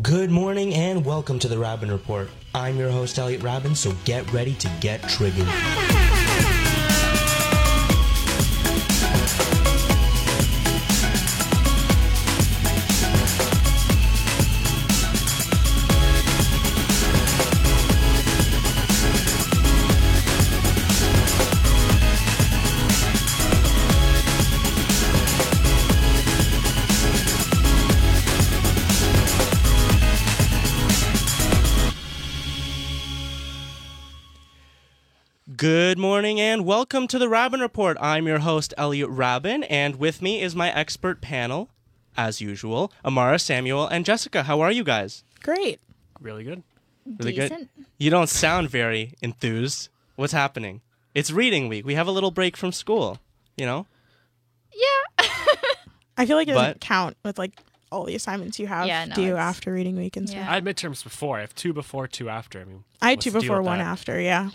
Good morning and welcome to the Robin Report. I'm your host, Elliot Robin, so get ready to get triggered. Good morning and welcome to the Robin Report. I'm your host, Elliot Robin, and with me is my expert panel, as usual, Amara, Samuel, and Jessica. How are you guys? Great. Really good. Really Decent. good. You don't sound very enthused. What's happening? It's reading week. We have a little break from school, you know? Yeah. I feel like it doesn't But- count with like all the assignments you have Yeah, no, due it's- after reading week and stuff. Yeah. I had midterms before. I have two before, two after. I mean, I had what's two the deal before, with one that? after. Yeah.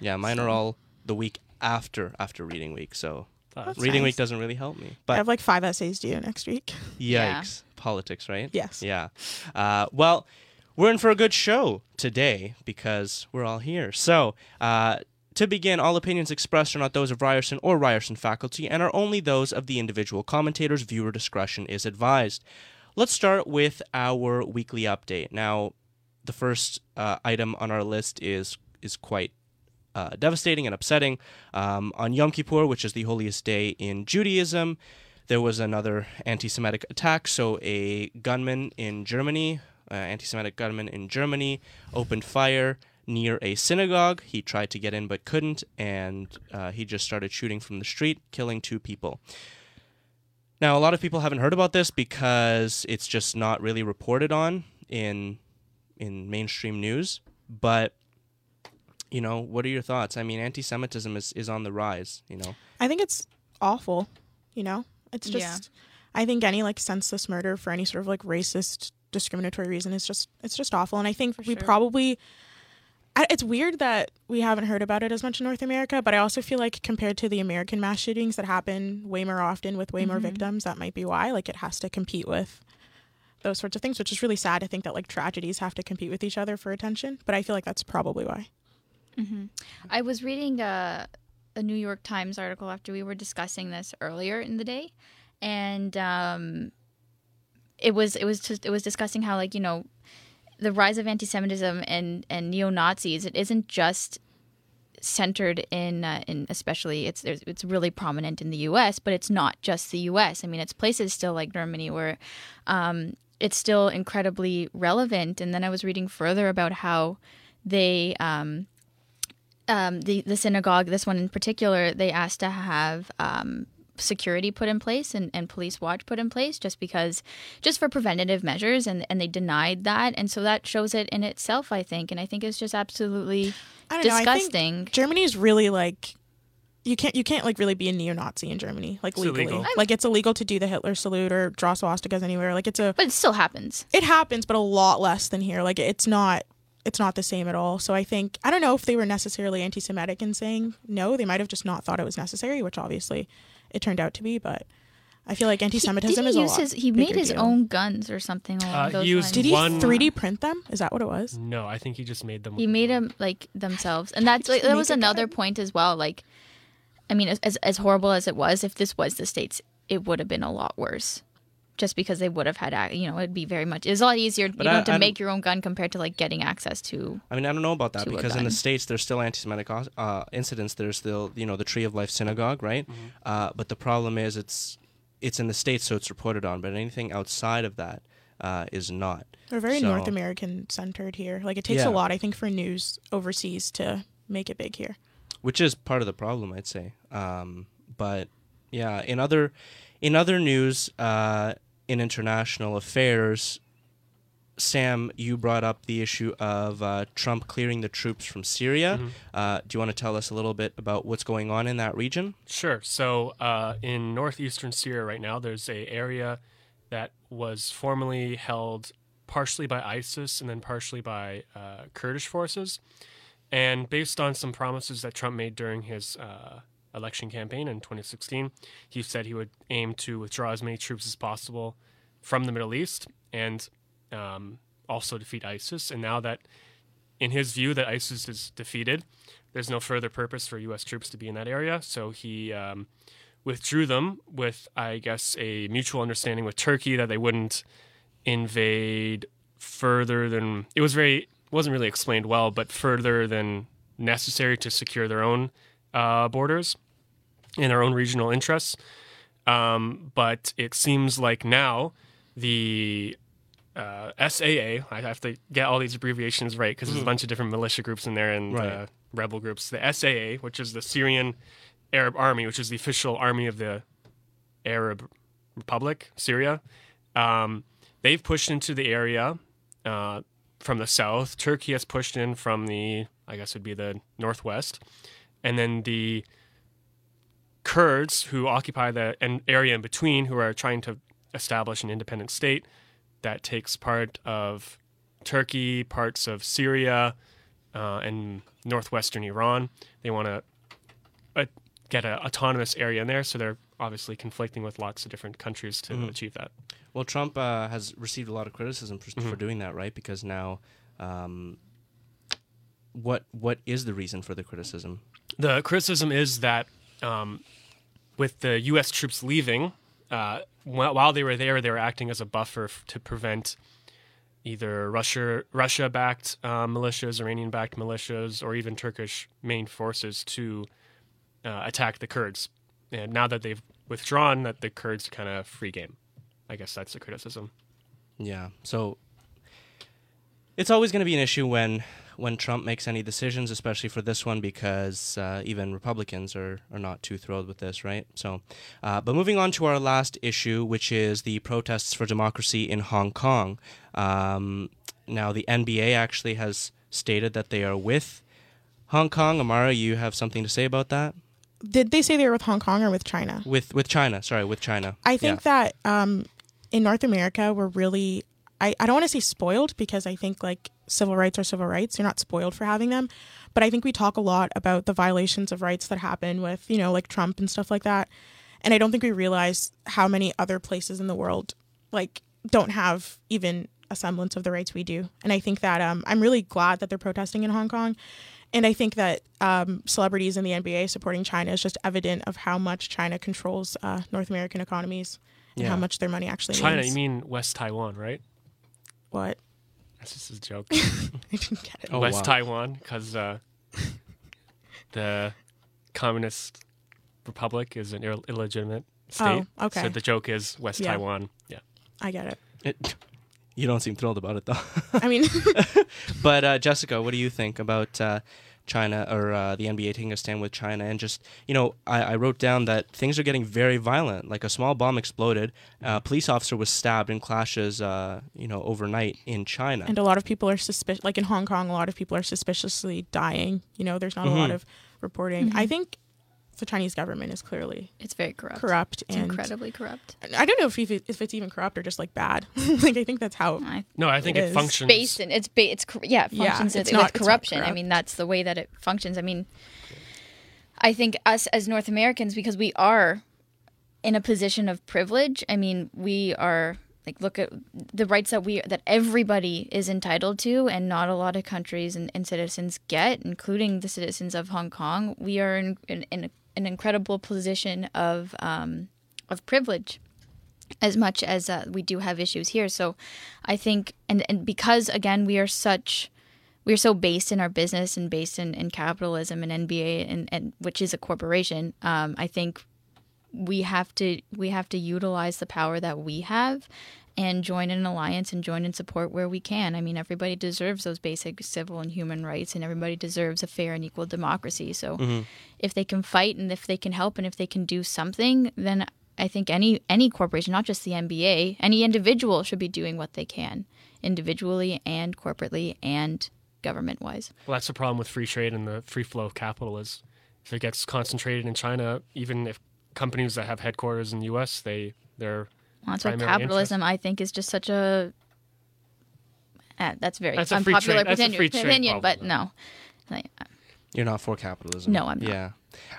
Yeah, mine are all the week after after reading week, so Thought That's it's- reading nice. week doesn't really help me. I But have like five essays due next week. Yeah. Yikes. Politics, right? Yes. Yeah. Uh, well, we're in for a good show today because we're all here. So, uh, to begin, all opinions expressed are not those of Ryerson or Ryerson faculty and are only those of the individual commentators. Viewer discretion is advised. Let's start with our weekly update. Now, the first uh, item on our list is is quite uh, devastating and upsetting. Um, on Yom Kippur, which is the holiest day in Judaism, there was another anti Semitic attack. So, a gunman in Germany, uh, anti Semitic gunman in Germany, opened fire near a synagogue. He tried to get in but couldn't, and uh, he just started shooting from the street, killing two people. Now, a lot of people haven't heard about this because it's just not really reported on in in mainstream news, but you know, what are your thoughts? I mean, anti-Semitism is, is on the rise. You know, I think it's awful. You know, it's just. Yeah. I think any like senseless murder for any sort of like racist discriminatory reason is just it's just awful. And I think we sure. probably. I- It's weird that we haven't heard about it as much in North America, but I also feel like compared to the American mass shootings that happen way more often with way more Mm-hmm. victims, that might be why. Like it has to compete with those sorts of things, which is really sad to think that like tragedies have to compete with each other for attention. But I feel like that's probably why. I was reading a, a New York Times article after we were discussing this earlier in the day, and um, it was it was just, it was discussing how like you know the rise of anti-Semitism and and neo Nazis. It isn't just centered in uh, in especially it's there's- it's really prominent in the U.S., but it's not just the U.S. I mean, it's places still like Germany where um, it's still incredibly relevant. And then I was reading further about how they. Um, um, the the synagogue, this one in particular, they asked to have um, security put in place and, and police watch put in place just because just for preventative measures and, and they denied that and so that shows it in itself I think and I think it's just absolutely I don't Know, I disgusting. think Germany's really like you can't you can't like really be a neo-Nazi in Germany like legally. illegal. Like it's illegal to do the Hitler salute or draw swastikas anywhere. Like it's a but it still happens. it happens, but a lot less than here. Like it's not it's not the same at all. So I think I don't know if they were necessarily anti-Semitic in saying no. They might have just not thought it was necessary, which obviously it turned out to be. But I feel like he, anti-Semitism didn't is he a use lot his he bigger made his deal. own guns or something along Uh, he those used lines. Did he one- 3D print them? Is that what it was? No, I think he just made them. he made them like themselves and that's like that make was a another gun? point as well like i mean as- as, as horrible as it was if this was the states it would have been a lot worse just because they would have had ac- you know it'd be very much it's a lot easier you I- know I to don't- make your own gun compared to like getting access to I mean, I don't know about that To a because in the gun. states there's still anti-Semitic os- uh, incidents. There's still you know the Tree of Life synagogue, right? Mm-hmm. Uh, but the problem is it's it's in the states, so it's reported on. But anything outside of that uh, is not. We're very So- North American centered here. Like it takes Yeah. a lot, I think, for news overseas to make it big here. which is part of the problem, I'd say. Um, but yeah, in other in other news, uh, in international affairs, Sam, you brought up the issue of uh, Trump clearing the troops from Syria. Uh, do you want to tell us a little bit about what's going on in that region? Sure. So uh, in northeastern Syria right now, there's a area that was formerly held partially by ISIS and then partially by uh, Kurdish forces. And based on some promises that Trump made during his uh, election campaign in 2016, he said he would aim to withdraw as many troops as possible from the Middle East. And um, also defeat ISIS. And now that, in his view, that ISIS is defeated, there's no further purpose for U.S. troops to be in that area. So he um, withdrew them with, I guess, a mutual understanding with Turkey that they wouldn't invade further than it was very wasn't really explained well, but further than necessary to secure their own uh, borders and their own regional interests. Um, but it seems like now the uh, SAA, I have to get all these abbreviations right because there's a bunch of different militia groups in there and Right. uh, rebel groups. The SAA, which is the Syrian Arab Army, which is the official army of the Arab Republic, Syria, um, they've pushed into the area uh, from the south. Turkey has pushed in from the, I guess it would be the northwest. And then the Kurds, who occupy the an area in between, who are trying to establish an independent state that takes part of Turkey, parts of Syria, uh, and northwestern Iran. They want to uh, get an autonomous area in there, so they're obviously conflicting with lots of different countries to achieve that. Well, Trump uh, has received a lot of criticism for, for doing that, right? Because now, um, what what is the reason for the criticism? the criticism is that um, with the U.S. troops leaving, uh, wh- while they were there, they were acting as a buffer f- to prevent either Russia Russia backed uh, militias, Iranian backed militias, or even Turkish main forces to uh, attack the Kurds. And now that they've withdrawn, that the Kurds kind of free game. I guess that's the criticism. Yeah. So it's always going to be an issue when when Trump makes any decisions, especially for this one, because uh, even Republicans are, are not too thrilled with this, right? So, uh, but moving on to our last issue, which is the protests for democracy in Hong Kong. Um, now, the NBA actually has stated that they are with Hong Kong. Amara, you have something to say about that? Did they say they were with Hong Kong or with China? With with China, sorry, with China. I think that um, in North America, we're really, I, I don't want to say spoiled because I think like civil rights are civil rights. You're not spoiled for having them. But I think we talk a lot about the violations of rights that happen with, you know, like Trump and stuff like that. And I don't think we realize how many other places in the world like don't have even a semblance of the rights we do. And I think that um, I'm really glad that they're protesting in Hong Kong. And I think that um, celebrities in the NBA supporting China is just evident of how much China controls uh, North American economies and Yeah. how much their money actually China, means. you mean West Taiwan, right? what? That's just a joke. I didn't get it. Oh, West wow. Taiwan because uh, the Communist Republic is an Ill- illegitimate state. Oh, okay. So the joke is West Yeah. Taiwan. Yeah. I get it. It- you don't seem thrilled about it, though. I mean, But uh, Jessica, what do you think about uh, China or uh, the NBA taking a stand with China? And just you know, I, I wrote down that things are getting very violent. Like a small bomb exploded, uh, a police officer was stabbed in clashes. Uh, you know, overnight in China. and a lot of people are suspicious. Like in Hong Kong, a lot of people are suspiciously dying. You know, there's not a lot Mm-hmm. of reporting. I think the Chinese government is clearly It's very corrupt. corrupt It's and incredibly corrupt. I don't know if, it- if it's even corrupt or just like bad. like I think that's how I No, I think It it, is. functions. based in it's ba- it's cor- yeah it Yeah, functions it's with, not- with it's not corruption. I corrupt. mean that's the way that it functions. I mean, I think us as North Americans because we are in a position of privilege. I mean we are like look at the rights that we that everybody is entitled to and not a lot of countries and, and citizens get including the citizens of hong kong we are in, in, in an incredible position of um, of privilege as much as uh, we do have issues here. So I think, and, and because again, we are such, we are so based in our business and based in, in capitalism and NBA and, and which is a corporation. Um, I think we have to, we have to utilize the power that we have and join in an alliance and join in support where we can. I mean, everybody deserves those basic civil and human rights and everybody deserves a fair and equal democracy. So if they can fight and if they can help and if they can do something, then I think any any corporation, not just the NBA, any individual should be doing what they can individually and corporately and government wise. Well, that's the problem with free trade and the free flow of capital is if it gets concentrated in China, even if companies that have headquarters in the U.S. they they're That's why Primary capitalism, I think, is just such a Ah, that's very That's a free unpopular trade- that's a opinion, free trade opinion, but problem, no. Like, You're not for capitalism. No, I'm not. Yeah.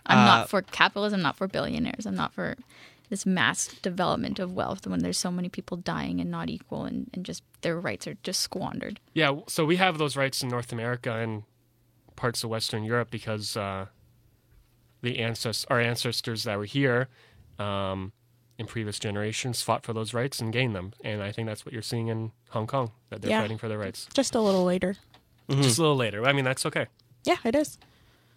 I'm Uh, not for capitalism, not for billionaires. I'm not for this mass development of wealth when there's so many people dying and not equal and, and just their rights are just squandered. Yeah, w- so we have those rights in North America and parts of Western Europe because uh, the ancest- our ancestors that were here um, in previous generations fought for those rights and gained them. And I think that's what you're seeing in Hong Kong, that they're Yeah. fighting for their rights. Just a little later. Mm-hmm. Just a little later. I mean, that's okay. Yeah, it is.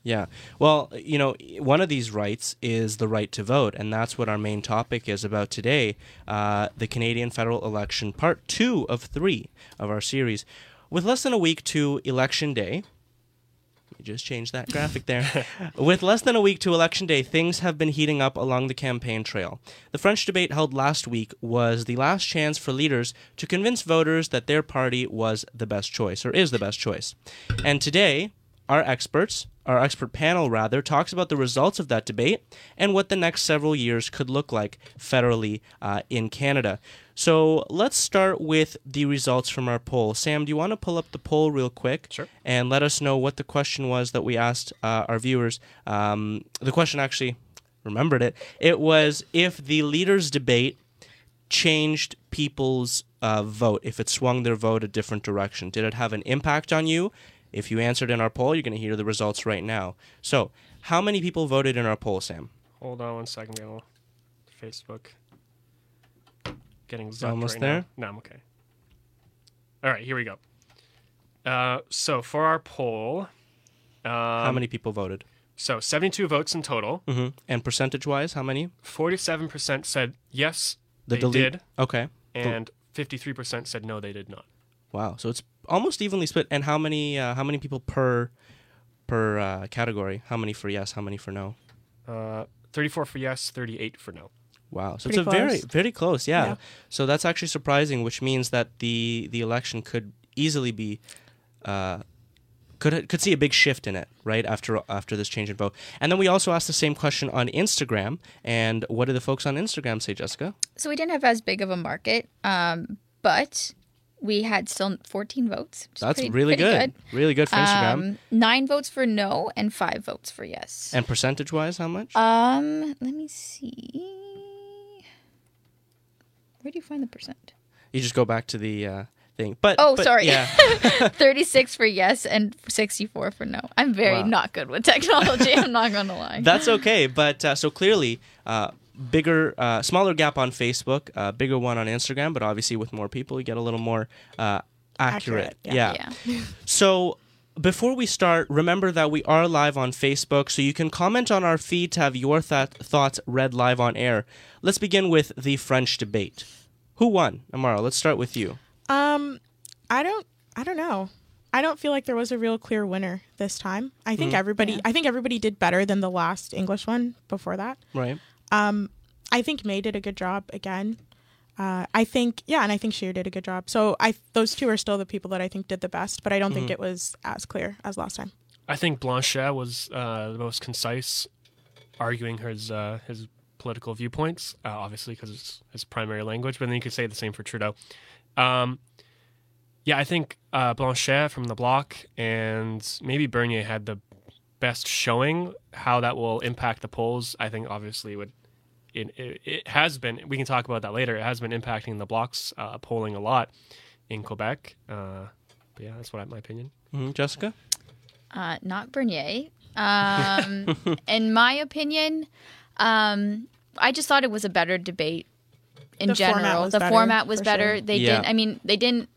Yeah. Well, you know, one of these rights is the right to vote, and that's what our main topic is about today uh, the Canadian federal election, part two of three of our series. With less than a week to election day, you just changed that graphic there. With less than a week to Election Day, things have been heating up along the campaign trail. The French debate held last week was the last chance for leaders to convince voters that their party was the best choice, or is the best choice. And today, our experts, our expert panel rather, talks about the results of that debate and what the next several years could look like federally uh, in Canada. So let's start with the results from our poll. Sam, do you want to pull up the poll real quick? Sure. and let us know what the question was that we asked uh, our viewers. Um, the question actually remembered it. It was if the leaders' debate changed people's uh, vote, if it swung their vote a different direction. Did it have an impact on you? If you answered in our poll, you're going to hear the results right now. So, how many people voted in our poll, Sam? Hold on one second, I'll- Facebook. Getting zucked Almost right there? Now. No, I'm okay. All right, here we go. Uh, so for our poll, um, How many people voted? So 72 votes in total. hmm And percentage-wise, how many? 47% said yes, they delete- did, Okay. and 53% said no, they did not. Wow. So it's almost evenly split. And how many uh, how many people per per uh, category? How many for yes? How many for no? Uh, 34 for yes, 38 for no. Wow. So Pretty it's a very close. very close. Yeah. Yeah. So that's actually surprising, which means that the the election could easily be. Uh, could, could see a big shift in it right after after this change in vote, and then we also asked the same question on Instagram. And what did the folks on Instagram say, Jessica? So we didn't have as big of a market, um, but we had still 14 votes. which is That's pretty- really pretty good. really good for Instagram. Um, nine votes for no and five votes for yes. and percentage wise, how much? Um, let me see. Where do you find the percent? you just go back to the uh, thing, but Oh, but sorry. yeah. 36 for yes and 64 for no. I'm very Wow. not good with technology. I'm not going to lie. That's okay, but uh, so clearly, uh, bigger, uh, smaller gap on Facebook, uh, bigger one on Instagram, but obviously with more people, you get a little more uh, accurate. Accurate, yeah. yeah. So before we start, remember that we are live on Facebook, so you can comment on our feed to have your th- thoughts read live on air. Let's begin with the French debate. Who won, Amara? Let's start with you. Um, I don't. I don't know. I don't feel like there was a real clear winner this time. I think Mm. everybody. I think everybody did better than the last English one before that. Right. I think May did a good job again. Uh, I think yeah, and I think Sheer did a good job. So I those two are still the people that I think did the best, but I don't think it was as clear as last time. I think Blanchet was uh, the most concise, arguing his uh, his political viewpoints, uh, obviously because it's his primary language. But then you could say the same for Trudeau. Um, yeah, I think uh, Blanchet from the Bloc and maybe Bernier had the best showing. How that will impact the polls, I think, obviously would. It, it, it has been. We can talk about that later. It has been impacting the bloc's uh, polling a lot in Quebec. Uh, but yeah, that's what I, my opinion. Mhm, Jessica? uh, not Bernier. Um, in my opinion, um, I just thought it was a better debate in The general. format was the better, format was for better. sure. They Yeah. didn't. I mean, they didn't.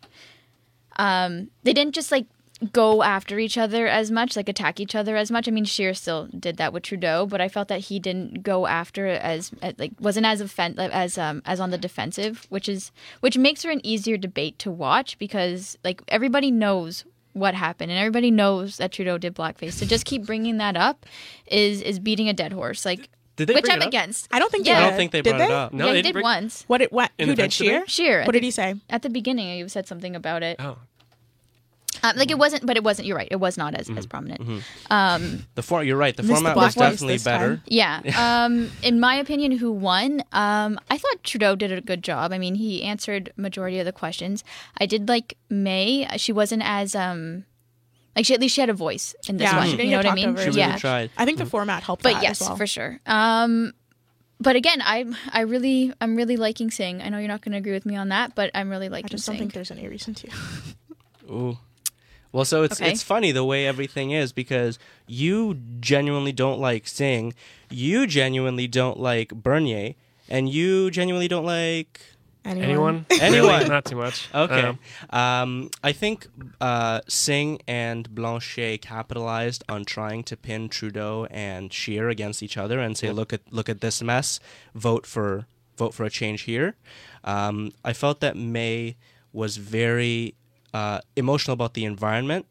Um, they didn't just like go after each other as much, like attack each other as much. I mean, Sheer still did that with Trudeau, but I felt that he didn't go after it as as- like wasn't as offen- as um as on the defensive, which is which makes for an easier debate to watch because like everybody knows what happened and everybody knows that Trudeau did blackface. So just keep bringing that up is is beating a dead horse, like Did they which bring I'm it up? against. I don't think Yeah. I They don't did. think they did brought it up. No, yeah, they he didn't did bring- once What it what In who the did French debate? Sheer? Sheer, I What did think- he say? at the beginning. You said something about it, Oh, um, like it wasn't, but it wasn't. You're right, it was not as, Mm-hmm. as prominent. Um, The for- You're right. The Missed the format was black voice definitely this time. better. Yeah. Um, in my opinion, who won? Um, I thought Trudeau did a good job. I mean, he answered majority of the questions. I did like May. She wasn't as um, like she at least she had a voice in this Yeah, one. she didn't you know get what I talked mean? over. She We really yeah. tried. I think the format helped. But that yes, as well. for sure. Um, but again, I'm I really I'm really liking Sing. I know you're not going to agree with me on that, but I'm really I liking just don't Sing. think there's any reason to. Ooh. Well, so it's Okay. it's funny the way everything is because you genuinely don't like Singh, you genuinely don't like Bernier, and you genuinely don't like Anyone? Anyone. Really? Not too much. Okay. Um, um, I think uh, Singh and Blanchet capitalized on trying to pin Trudeau and Scheer against each other and say, "Look at look at this mess. Vote for vote for a change here." Um, I felt that May was very uh, emotional about the environment.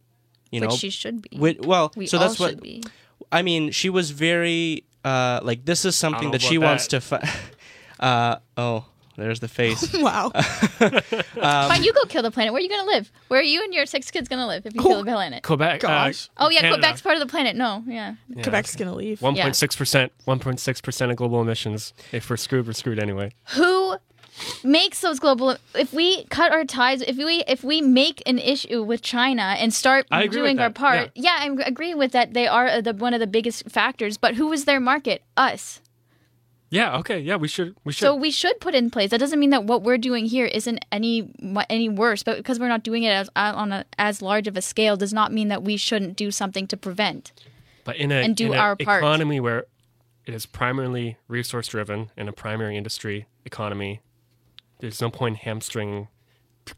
You which know, she should be. Wi- well, we so all that's what should be. I mean, she was very uh, like this is something know that she about wants to. that. Fi- uh, oh, there's the face. wow. um, Fine, you go kill the planet. Where are you going to live? Where are you and your six kids going to live if you kill the planet? Quebec. uh, Gosh. Oh yeah, Canada. Quebec's part of the planet. No, yeah. Yeah. Quebec's gonna leave. 1.6%. 1.6% of global emissions. If we're screwed, we're screwed anyway. Who makes those global? If we cut our ties, if we if we make an issue with China and start I agree doing with our that, part, yeah, I agree with that. They are the one of the biggest factors. But who is their market? Us. Yeah, okay. Yeah, we should. We should. So we should put in place. That doesn't mean that what we're doing here isn't any any worse, but because we're not doing it as, on a, as large of a scale, does not mean that we shouldn't do something to prevent. but in a and do in a our part. economy where it is primarily resource driven and a primary industry economy, there's no point hamstringing.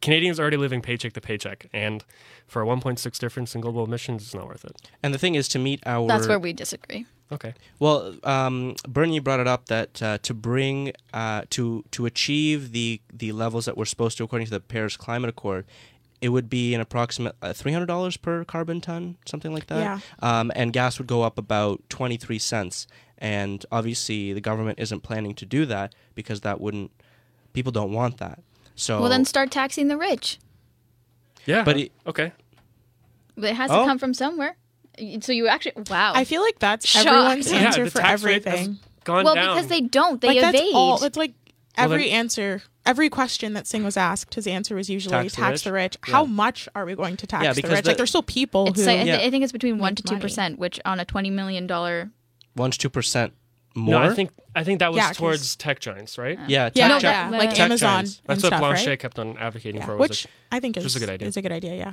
Canadians are already living paycheck to paycheck, and for a 1.6 difference in global emissions, it's not worth it. And the thing is, to meet our That's where we disagree. Okay. Well, um, Bernie brought it up that uh, to bring uh, to to achieve the the levels that we're supposed to according to the Paris Climate Accord, it would be an approximate uh, three hundred dollars per carbon ton, something like that. Yeah. Um, and gas would go up about twenty three cents. And obviously, the government isn't planning to do that because that wouldn't people don't want that. So Well, Oh. then start taxing the rich. Yeah. But it- okay. But it has Oh. to come from somewhere. Y- So you actually wow. I feel like that's Shocked. everyone's Yeah, answer the for tax rate has everything. Gone well, down. because they don't. They like evade. that's all. It's like Well, every then- answer, every question that Singh was asked, his answer was usually Tax tax, the the rich. Yeah. How much are we going to tax Yeah, the because rich? the- like there's still people It's who. like- I, Yeah. thi- I think it's between one to Make two money. percent, which on a twenty million dollar. one to two percent more. no, I think I think that was Yeah, 'cause- towards tech giants, right? yeah, yeah, tech yeah, gi- no, like tech Amazon. giants. That's and what stuff, Blanchet right? kept on advocating Yeah, for. was Which like, I think is is a good idea. Is a good idea. Yeah.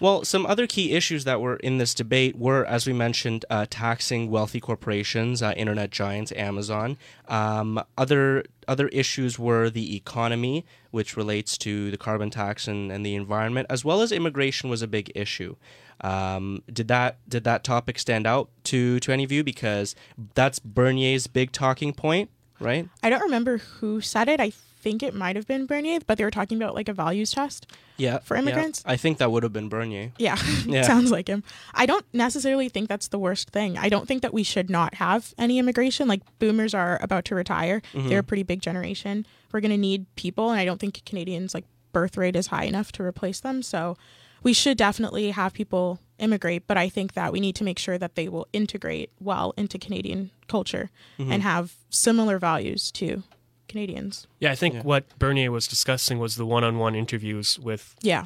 Well, some other key issues that were in this debate were, as we mentioned, uh, taxing wealthy corporations, uh, internet giants, Amazon. Um, other other issues were the economy, which relates to the carbon tax and, and the environment, as well as immigration was a big issue. Um, did that did that topic stand out to to any of you? Because that's Bernier's big talking point, right? I don't remember who said it. I think it might have been Bernier, but they were talking about like a values test. Yeah, For yeah. immigrants? I think that would have been Bernier. Yeah, Yeah. sounds like him. I don't necessarily think that's the worst thing. I don't think that we should not have any immigration. Like boomers are about to retire. They're a pretty big generation. We're going to need people and I don't think Canadians like birth rate is high enough to replace them. So we should definitely have people immigrate, but I think that we need to make sure that they will integrate well into Canadian culture and have similar values to Canadians. yeah, I think what Bernier was discussing was the one-on-one interviews with Yeah.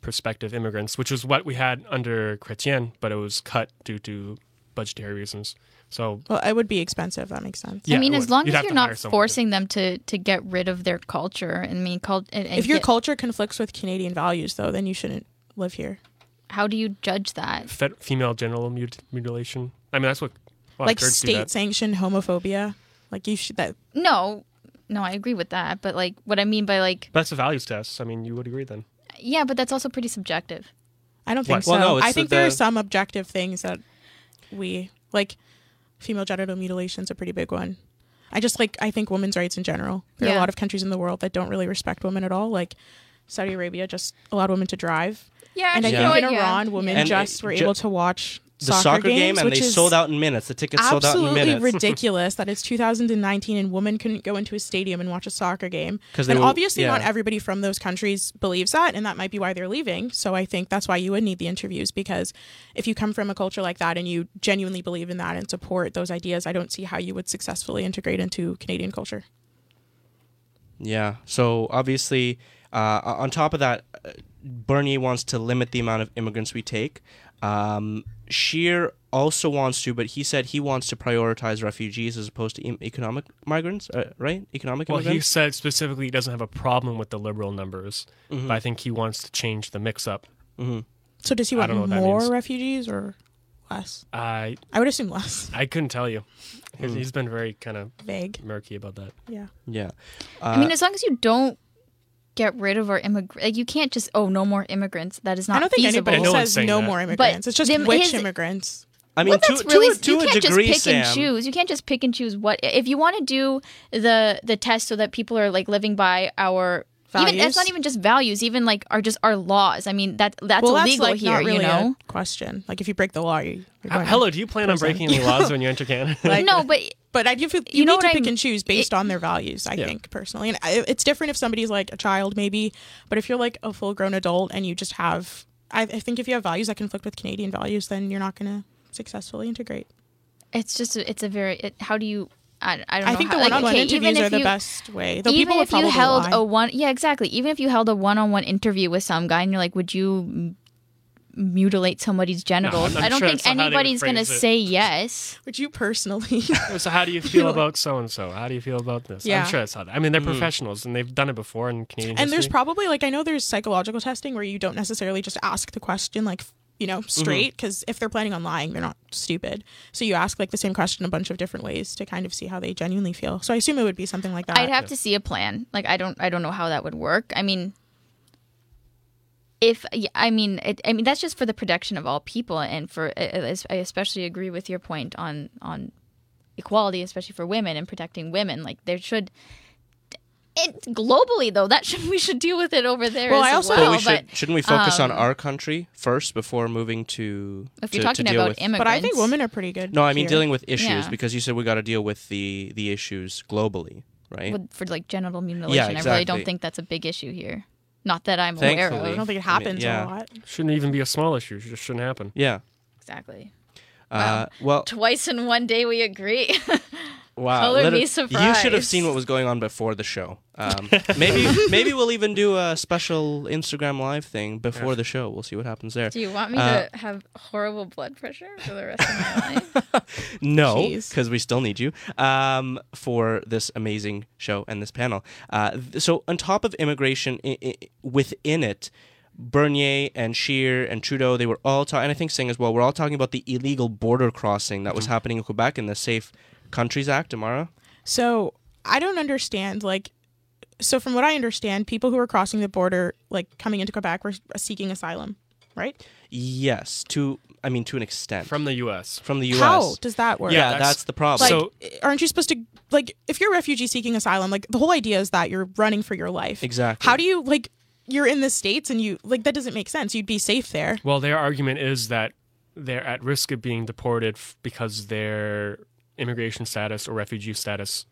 prospective immigrants, which was what we had under Chrétien, but it was cut due to budgetary reasons. So Well, it would be expensive. That makes sense. yeah, I mean, it as would. long You'd have as to you're hire not someone to- forcing them to to get rid of their culture. I mean, cult, and, and If your get- culture conflicts with Canadian values, though, then you shouldn't live here. how do you judge that? Fed, female genital mut- mutilation. I mean, that's what a lot like of Kurds do. state That. sanctioned homophobia. Like you should that No, no, I agree with that. But like, what I mean by like, That's a values test. I mean, you would agree then. yeah, but that's also pretty subjective. I don't think What? so. Well, no, it's I think the- there are some objective things that we like. Female genital mutilation's a pretty big one. I just like I think women's rights in general. There are Yeah. a lot of countries in the world that don't really respect women at all. Like Saudi Arabia just allowed women to drive, Yeah, and I you think know in Iran, women And just it- were ju- able to watch The soccer, game, games, and which they is sold out in minutes. The tickets sold out in absolutely minutes. ridiculous that it's 2019 and women couldn't go into a stadium and watch a soccer game. 'Cause they and will- obviously, not yeah. everybody from those countries believes that, and that might be why they're leaving. So I think that's why you would need the interviews because if you come from a culture like that and you genuinely believe in that and support those ideas, I don't see how you would successfully integrate into Canadian culture. Yeah. So obviously, uh, on top of that, uh, Bernie wants to limit the amount of immigrants we take. Um, Sheer also wants to, but he said he wants to prioritize refugees as opposed to em- economic migrants, uh, right? Economic Well, he immigrants. said specifically he doesn't have a problem with the liberal numbers, but I think he wants to change the mix up. So does he I want don't know what that more means. refugees or less? I I would assume less. I couldn't tell you. Hmm. He's- he's been very kind of Vague. murky about that. Yeah. yeah. Uh, I uh, mean, as long as you don't get rid of our immigrant, like you can't just oh no more immigrants. That is not I don't think feasible. no anybody one's says saying no that. more But immigrants. it's just them- which his- immigrants. I mean, well, to, that's really to, a- to you a can't degree, just pick Sam. and choose. You can't just pick and choose what if you want to do the the test so that people are like living by our Even, Values? that's not even just values. Even like are just our laws. I mean that that's well, illegal that's like here. not really you know. a question. Like if you break the law, you. You're Uh, going Hello, do you plan on breaking any laws when you enter Canada? like- no, but But I do feel you, You know need to what pick I- and choose based on their values. I think personally, and I, it's different if somebody's like a child, maybe. But if you're like a full grown adult and you just have, I, I think if you have values that conflict with Canadian values, then you're not going to successfully integrate. it's just a, it's a very it, how do you I, I don't I know think how, the like, one-on-one okay, even interviews if are the you, best way. Though even people would if you probably held lie. a one yeah exactly even if you held a one-on-one interview with some guy and you're like would you m- mutilate somebody's genitals I'm i don't sure think that's not how they would anybody's gonna phrase it. say yes would you personally? so how do you feel about so and so? How do you feel about this? Yeah. Hmm. I'm sure it's not. I mean, they're professionals and they've done it before in Canadian and there's history. probably like I know there's psychological testing where you don't necessarily just ask the question like you know Mm-hmm. straight because if they're planning on lying, they're not stupid. So you ask like the same question a bunch of different ways to kind of see how they genuinely feel. So I assume it would be something like that. i'd have to see a plan like i don't i don't know how that would work i mean if yeah, i mean it, i mean that's just for the protection of all people and for I I especially agree with your point on on equality especially for women and protecting women like there should it, globally though that should we should deal with it over there Well, as I also- well, But we but- um, should, shouldn't we focus on our country first before moving to If to, you're to talking deal about with? immigrants, But I think women are pretty good. no, I mean here. dealing with issues Yeah. because you said we got to deal with the the issues globally, right? would, for like genital mutilation, I really exactly. don't think that's a big issue here. Not that I'm Thankfully. I aware don't of. think it I mean, happens yeah. a lot. shouldn't even be a small issue. It just shouldn't happen. yeah. Exactly. Uh, well, Twice in one day, we agree. wow. color let it- me You should have surprised. seen what was going on before the show. Um, maybe maybe we'll even do a special Instagram live thing before the show. We'll see what happens there. Do you want me Uh, to have horrible blood pressure for the rest of my life? No, Jeez. because we still need you um, for this amazing show and this panel. Uh, th- so, on top of immigration, I- I- within it, Bernier and Scheer and Trudeau, they were all talking, and I think Singh as well, we're all talking about the illegal border crossing that was Mm-hmm. happening in Quebec in the Safe Countries Act, Amara. So I don't understand. Like, so from what I understand, people who are crossing the border, like coming into Quebec, were seeking asylum, right? Yes, to, I mean, to an extent. From the U.S. from the U.S. How does that work? yeah, Yeah, that's, that's- the problem. Like, So- aren't you supposed to like if you're a refugee seeking asylum? Like the whole idea is that you're running for your life. Exactly. How do you like? You're in the states, and you like that doesn't make sense. You'd be safe there. Well, their argument is that they're at risk of being deported f- because their immigration status or refugee status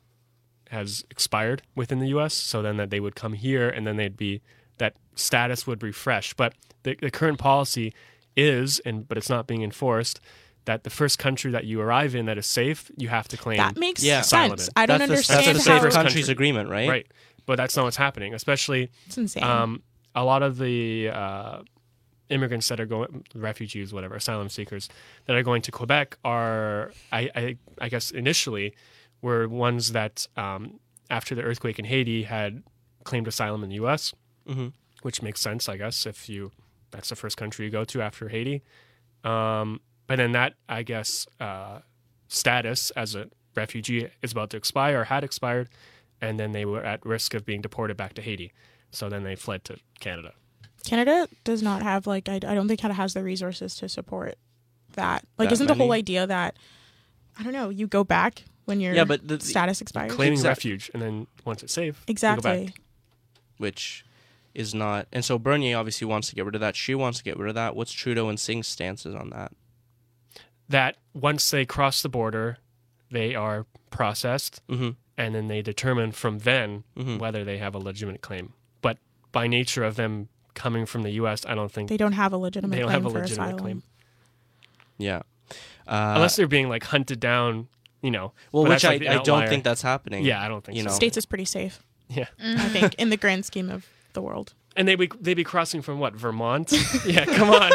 has expired within the U.S. So then that they would come here, and then they'd be that status would refresh. But the, the current policy is, and but it's not being enforced, that the first country that you arrive in that is safe, you have to claim. That makes Yeah. sense. Asylum. I don't that's the, understand that's the how Safe Countries Countries Agreement, right? right, but that's not what's happening, especially it's insane. um, a lot of the uh, immigrants that are going, refugees, whatever, asylum seekers that are going to Quebec are, I, I, I guess, initially were ones that um, after the earthquake in Haiti had claimed asylum in the U.S., Mhm. which makes sense, I guess, if you that's the first country you go to after Haiti. Um, but then that, I guess, uh, status as a refugee is about to expire or had expired, and then they were at risk of being deported back to Haiti. So then they fled to Canada. Canada does not have like I, I don't think Canada has the resources to support that. Like, That is isn't the whole many? idea that I don't know? You go back when your Yeah, but the- the- status expires. Claiming Exact- refuge, and then once it's safe, you go back. exactly. which is not. And so Bernier obviously wants to get rid of that. She wants to get rid of that. What's Trudeau and Singh's stances on that? That once they cross the border, they are processed, Mhm. and then they determine from then Mhm. whether they have a legitimate claim. But by nature of them coming from the U.S., I don't think They don't have a legitimate. they don't claim have a for legitimate asylum. claim Yeah. Uh, unless they're being like hunted down. You know, well, which but that's, I, like, the I don't outlier. think that's happening. Yeah, I don't think you so. know. Mm. States is pretty safe, Yeah, I think, in the grand scheme of the world. And they be they be crossing from what Vermont? yeah, come on.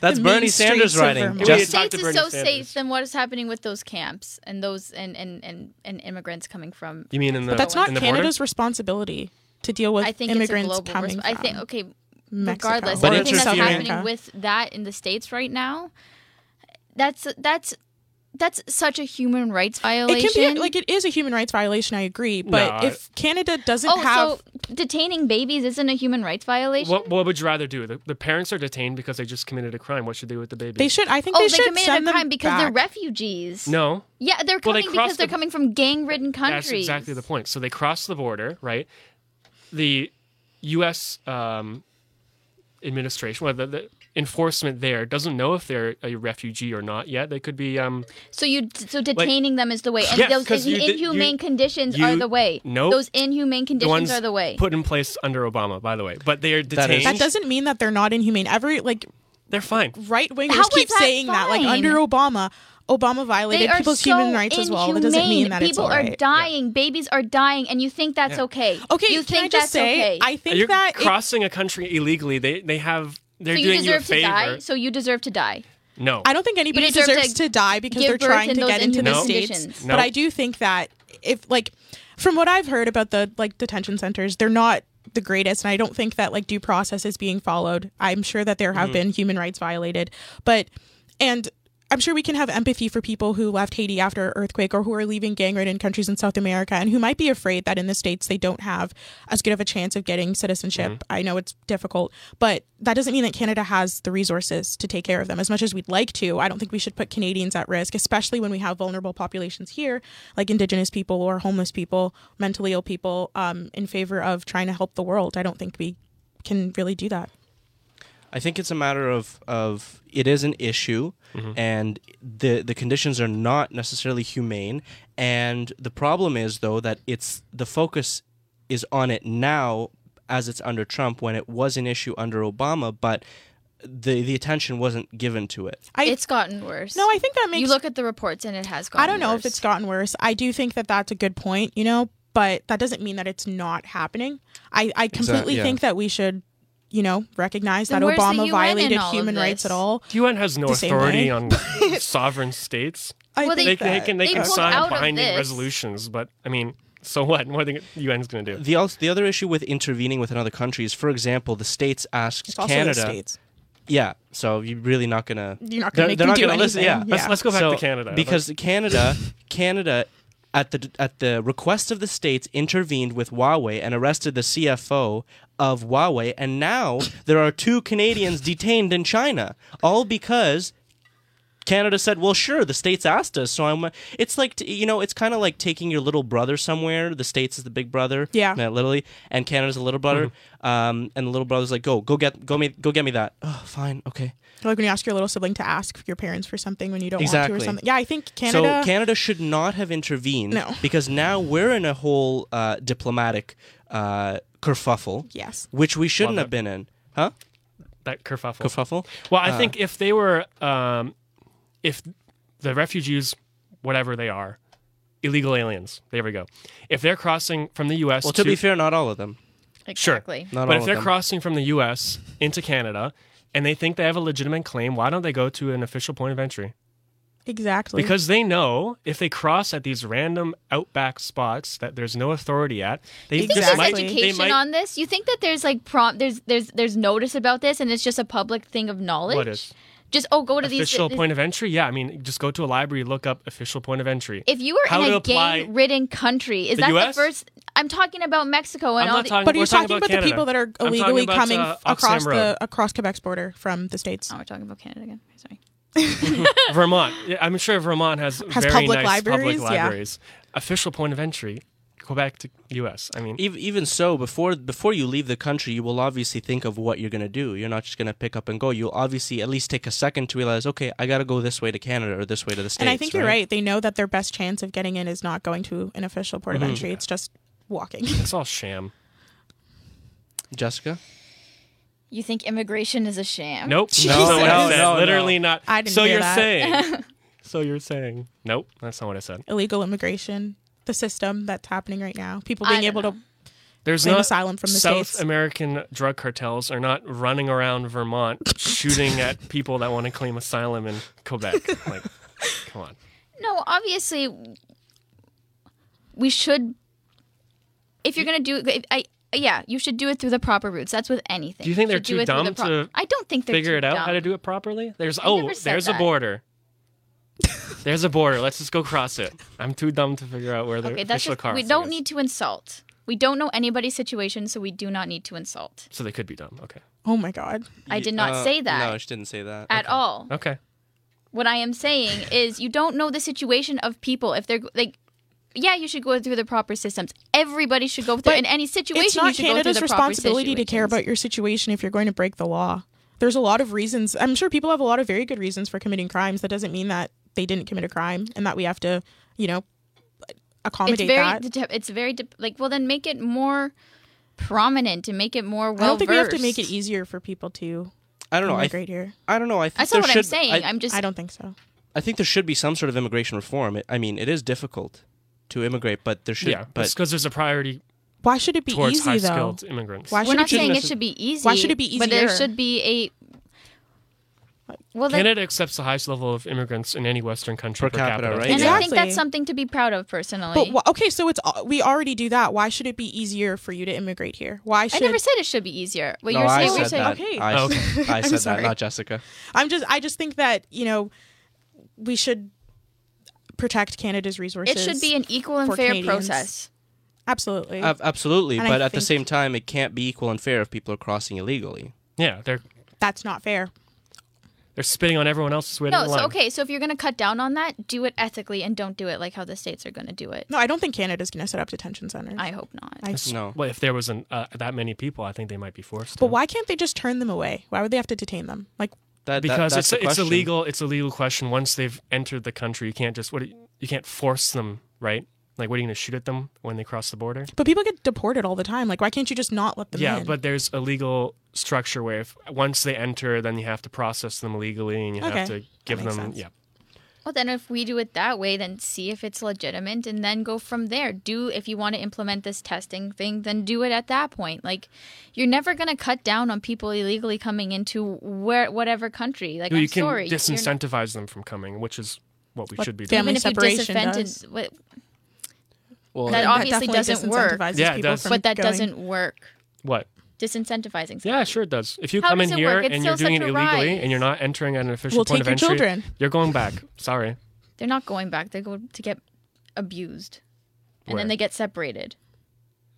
That's The main Bernie streets Sanders of writing. Vermont. If Just- the states Talk to is Bernie so Sanders. safe, then what is happening with those camps and those and and and, and immigrants coming from? You mean in the But That's not in the border? Canada's responsibility to deal with I think immigrants it's a global. coming resp- I think okay, from Mexico regardless, But or everything that's South interfering- happening America. with that in the states right now, that's that's that's such a human rights violation. It can be like it is a human rights violation. I agree, but No, if Canada doesn't oh, have, so detaining babies isn't a human rights violation. What, what would you rather do? The, the parents are detained because they just committed a crime. What should they do with the baby? they should. I think Oh, they they, should send committed a them crime because back. they're refugees. no, Yeah, they're Well, coming they because crossed they're the- coming from gang-ridden countries. That's exactly the point. So they crossed the border, right? The U.S. Um, administration, well, the, the enforcement there doesn't know if they're a refugee or not yet. They could be. Um, So you so detaining them is the way, and Yes, those 'cause you did- inhumane you- conditions you- are the way. Nope. those inhumane the conditions ones are the way. Put in place under Obama, by the way. But they are That is- detained. that doesn't mean that they're not inhumane. Every like they're fine. right How wingers is keep that saying that. Like fine? under Obama, Obama they violated are people's so human rights as well. That doesn't mean inhumane. that people it's all are right. dying, babies are dying, and you think that's Yeah. okay? Okay, you can think I just that's say okay? I think You're that it- crossing a country illegally. They they have. They're so you doing you a deserve to favor. die. So you deserve to die. no, I don't think anybody deserve to deserves to, die because give they're birth trying in to those get into the inhumane states. conditions. But No. I do think that if like from what I've heard about the like detention centers, they're not the greatest and I don't think that like due process is being followed. I'm sure that there have been human rights violated, but and I'm sure we can have empathy for people who left Haiti after an earthquake or who are leaving gang-ridden countries in South America and who might be afraid that in the states they don't have as good of a chance of getting citizenship. I know it's difficult, but that doesn't mean that Canada has the resources to take care of them as much as we'd like to. I don't think we should put Canadians at risk, especially when we have vulnerable populations here, like indigenous people or homeless people, mentally ill people, um, in favor of trying to help the world. I don't think we can really do that. I think it's a matter of of it is an issue, and the the conditions are not necessarily humane. And the problem is though that it's the focus is on it now as it's under Trump when it was an issue under Obama, but the the attention wasn't given to it. I- it's gotten worse. No, I think that makes you look at the reports, and it has gotten. I don't know if worse. it's gotten worse. I do think that that's a good point, you know, but that doesn't mean that it's not happening. I, I completely yeah. think that we should, you know, recognize Then that where's the Obama UN in violated all of human this? rights at all. The UN has no The same way. authority on sovereign states. I Well, think They, they that- can they, They can pulled sign out of binding this. resolutions, but I mean, so what? What are the UN's going to do? The else the other issue with intervening with another country is, for example, the states asked it's also Canada. the states. Yeah, so you're really not gonna You're not They're- going to make they're them not do gonna listen, anything. yeah. Let's, let's go back So, to Canada because Canada, Canada, at the at the request of the states, intervened with Huawei and arrested the CFO of Huawei, and now there are two Canadians detained in China, all because. Canada said, "Well, sure, the states asked us, so I'm." It's like t- you know, it's kind of like taking your little brother somewhere. The states is the big brother, Yeah. no, literally, and Canada's the little brother. Mm-hmm. Um, and the little brother's like, "Go, go get, go me, go get me that." Oh, fine, okay. Like when you ask your little sibling to ask your parents for something when you don't want to Exactly. or something. Yeah, I think Canada. So Canada should not have intervened. No. Because now we're in a whole uh, diplomatic uh, kerfuffle, yes. which we shouldn't Love have been in. Huh? that kerfuffle. Kerfuffle? Uh, Well, I think if they were, um, if the refugees, whatever they are, illegal aliens. There we go. If they're crossing from the U.S. Well, to be fair, not all of them. Sure. exactly. Not all but if of they're them. crossing from the U.S. into Canada and they think they have a legitimate claim, why don't they go to an official point of entry? Exactly. Because they know if they cross at these random outback spots that there's no authority at, they You think just Exactly. there's might, education they might on this? You think that there's like prompt there's there's there's notice about this and it's just a public thing of knowledge? What is? Just oh go to these official point of entry. Yeah, I mean, just go to a library, look up official point of entry. If you were How in to a apply- gang ridden country, is The that US? the first I'm talking about Mexico and I'm all not the talking. but are we're you talking about the Canada. people that are I'm talking illegally about, coming uh, across Oxham Road, the across Quebec's border from the states? Oh, we're talking about Canada again. Sorry. Vermont. Yeah, I'm sure Vermont has, Has very public nice libraries, yeah. public libraries. Official point of entry, Quebec to U.S. I mean, Ev- Even so, before before you leave the country, you will obviously think of what you're going to do. You're not just going to pick up and go. You'll obviously at least take a second to realize, okay, I got to go this way to Canada or this way to the States. and I think you're right. They know that their best chance of getting in is not going to an official port of entry. It's just walking. it's all sham. Jessica? You think immigration is a sham? Nope. No, That's not what I no, said. no, no. Literally not. I didn't so hear you're that. saying. so you're saying. Nope. That's not what I said. Illegal immigration, the system that's happening right now. People I being don't able to There's claim not asylum from the South states. American drug cartels are not running around Vermont shooting at people that want to claim asylum in Quebec. Like, come on. No, obviously, we should. If you're gonna do, if I yeah, you should do it through the proper routes. That's with anything. Do you think they're should do too it through the dumb to I don't think they're Figure too it out dumb. how to do it properly. There's I oh, never said there's a that. border. There's a border. Let's just go cross it. I'm too dumb to figure out where the Okay, that's official just, car. we thing don't is. need to insult. We don't know anybody's situation, so we do not need to insult. So they could be dumb. Okay. oh my god. I did not Uh, say that No, she didn't say that. at all. Okay. What I am saying is, you don't know the situation of people. If they're like, yeah, you should go through the proper systems. Everybody should go through But in any situation. it's not you should go Canada's through the proper responsibility to care situations. about your situation if you're going to break the law. There's a lot of reasons. I'm sure people have a lot of very good reasons for committing crimes. That doesn't mean that they didn't commit a crime and that we have to, you know, accommodate it's very that. det- it's very de- like well then make it more prominent and make it more well I don't think we have to make it easier for people to Oh, I don't know. I, immigrate here. I don't know. I think that's there not what should, i'm saying I, I, am just I don't think so. I think there should be some sort of immigration reform. It, I mean, it is difficult to immigrate, but there should. yeah. That's But because there's a priority Why should it be towards easy though? high-skilled immigrants. Why we're should not it be saying it necess- should be easy Why should it be but there easier? should be a well then Canada accepts the highest level of immigrants in any Western country Per per, capita, capita, right? and i think Exactly. that's something to be proud of personally But wh- okay, so it's al- we already do that. Why should it be easier for you to immigrate here? Why i should never said it should be easier what no, you're I saying said you're saying that. Okay. I, Oh, I said that, sorry. not Jessica. I'm just I just think that, you know, we should protect Canada's resources. it should be an equal and for fair Canadians. process absolutely. Uh, Ab- absolutely, And I but at the think- same time, it can't be equal and fair if people are crossing illegally. Yeah, they're That's not fair. they're spitting on everyone else's way no to the line. so okay so if you're going to cut down on that do it ethically and don't do it like how the states are going to do it No, I don't think Canada's going to set up detention centers. i hope not I- No, Well, if there wasn't uh, that many people, I think they might be forced. but to. why can't they just turn them away? Why would they have to detain them? Like that, that- Because that's it's the a, it's a question. legal it's a legal question. Once they've entered the country, you can't just what do you, you can't force them, right? Like, what are you going to shoot at them when they cross the border? but people get deported all the time. Like why can't you just not let them yeah, in? but there's a legal structure where if once they enter, then you have to process them legally and you have Okay, to give them. makes sense. Yeah, Well, then if we do it that way, then see if it's legitimate and then go from there. Do if you want to implement this testing thing, then do it at that point. Like you're never going to cut down on people illegally coming into where whatever country. Like you I'm can sorry. you're not- disincentivize them from coming, which is what we What should be doing. fam- even Family if you separation disincentive- what- Well, that obviously definitely doesn't work, disincentivizes Yeah, it people does. from but that going. doesn't work. What? Disincentivizing. Yeah, sure it does. If you How come in does it here work? It's and you're still doing it such a illegally rise. and you're not entering at an official We'll point take of your entry, children. you're going back. Sorry. They're not going back. They go to get abused, and Where? then they get separated.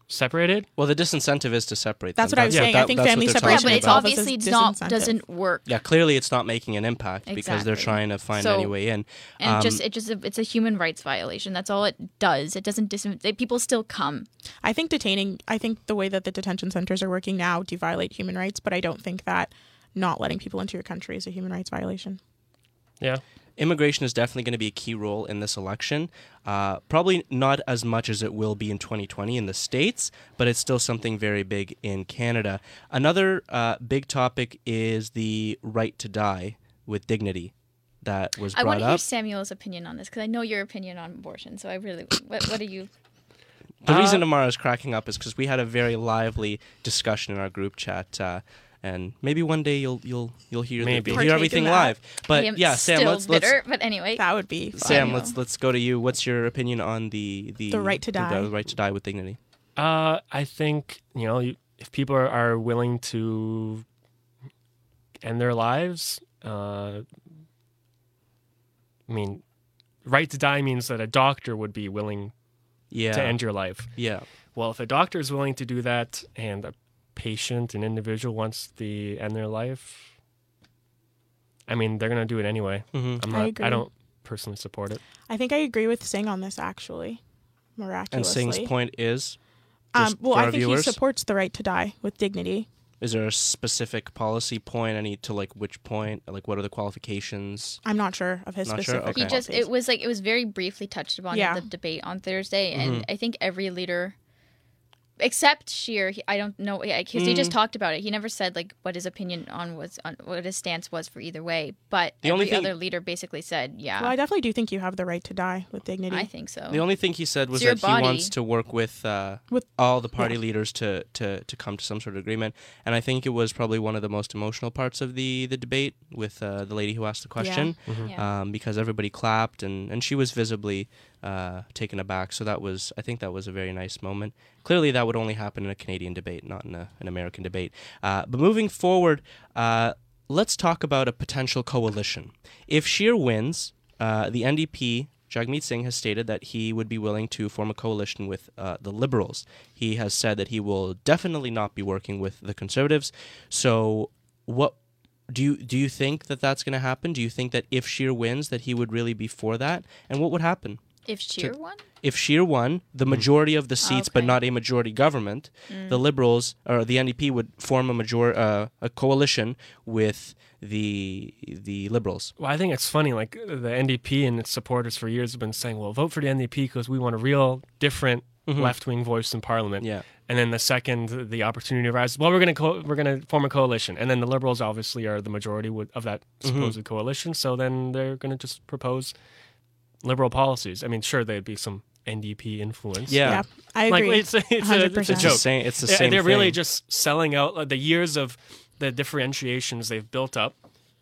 Separated? well, the disincentive is to separate. That's them. what I was yeah, saying. that- I think that's what family they're Yeah, separation talking but it's about. involves a obviously it's not disincentive. doesn't work. Yeah, clearly it's not making an impact because they're Exactly. trying to find So- any way in. and Um, just it just it's a human rights violation. That's all it does. It doesn't dis- they, people still come. I think detaining, I think the way that the detention centers are working now do violate human rights, but I don't think that not letting people into your country is a human rights violation. Yeah. immigration is definitely going to be a key role in this election. Uh, probably not as much as it will be in 2020 in the States, but it's still something very big in Canada. Another uh, big topic is the right to die with dignity that was I brought want to hear up. Samuel's opinion on this because I know your opinion on abortion. So I really what what do you? The reason Uh, Amara's cracking up is because we had a very lively discussion in our group chat. Uh, and maybe one day you'll you'll you'll hear the- Maybe. you'll Partake hear in everything that. live. I But am yeah, Sam, still let's let's bitter. But anyway, That would be fun. Sam, Wow. let's let's go to you. What's your opinion on the the, The right to die. the right to die with dignity? Uh, I think you know you- if people are, are willing to end their lives. Uh, I mean, right to die means that a doctor would be willing Yeah, to end your life. yeah, Well, if a doctor is willing to do that, and a patient, an individual wants to end their life, I mean, they're gonna do it anyway. hmm I'm I not. I, agree. don't personally support it. I think I agree with Singh on this, actually, And miraculously. Singh's point is, um, just well, for I our think viewers? he supports the right to die with dignity. is there a specific policy point? Any to like which point? Like what are the qualifications? I'm not sure of his Not sure? specific Okay. he just it policies. was like it was very briefly touched upon Yeah. Mm-hmm. in the debate on Thursday, and I think every leader except Sheer, he, I don't know. Yeah, 'cause Mm. he just talked about it. He never said like what his opinion on was on what his stance was for either way. But The every only thing- other leader basically said, "Yeah, Well, I definitely do think you have the right to die with dignity. I think so." The only thing he said was your that he body. wants to work with, uh, With- all the party leaders to, to, to come to some sort of agreement. And I think it was probably one of the most emotional parts of the, the debate with uh, the lady who asked the question Mm-hmm. Yeah. um, because everybody clapped and, and she was visibly uh, taken aback. So that was, I think that was a very nice moment. Clearly, that would only happen in a Canadian debate, not in a, an American debate. Uh, but moving forward, uh, let's talk about a potential coalition. If Sheer wins, uh, the NDP, Jagmeet Singh, has stated that he would be willing to form a coalition with uh, the Liberals. He has said that he will definitely not be working with the Conservatives. So, what do you do you think that that's going to happen? Do you think that if Sheer wins, that he would really be for that? And what would happen? if Sheer won, if Sheer won Mm. the majority of the seats, but okay. Mm. not a majority government, the Liberals or the NDP would form a major uh, a coalition with the the Liberals. Well, I think it's funny. Like the NDP and its supporters for years have been saying, "Well, vote for the NDP because we want a real different left-wing voice in Parliament." Mm-hmm. Yeah. And then the second the opportunity arises, well, we're going to co- we're going to form a coalition, and then the Liberals obviously are the majority wi- of that Mm-hmm. supposed coalition, so then they're going to just propose liberal policies. I mean, sure, there'd be some NDP influence. Yeah. yeah, I Like agree. it's a- it's a, it's 100%. a It's the joke. same. It's the Yeah, same. they're really thing. just selling out uh, the years of the differentiations they've built up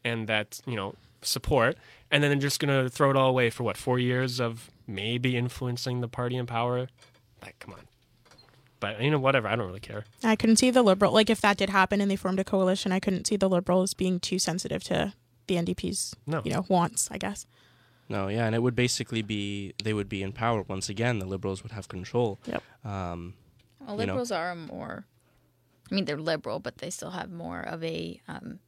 and that you know support and then they're just going to throw it all away for what four years of maybe influencing the party in power like come on but you know whatever i don't really care I couldn't see the liberal like if that did happen and they formed a coalition. I couldn't see the liberals being too sensitive to the NDP's No. you know wants. I guess. no, yeah, and it would basically be they would be in power once again. The Liberals would have control. Yep. Um, You know. well, liberals are more. I mean, they're liberal, but they still have more of a um,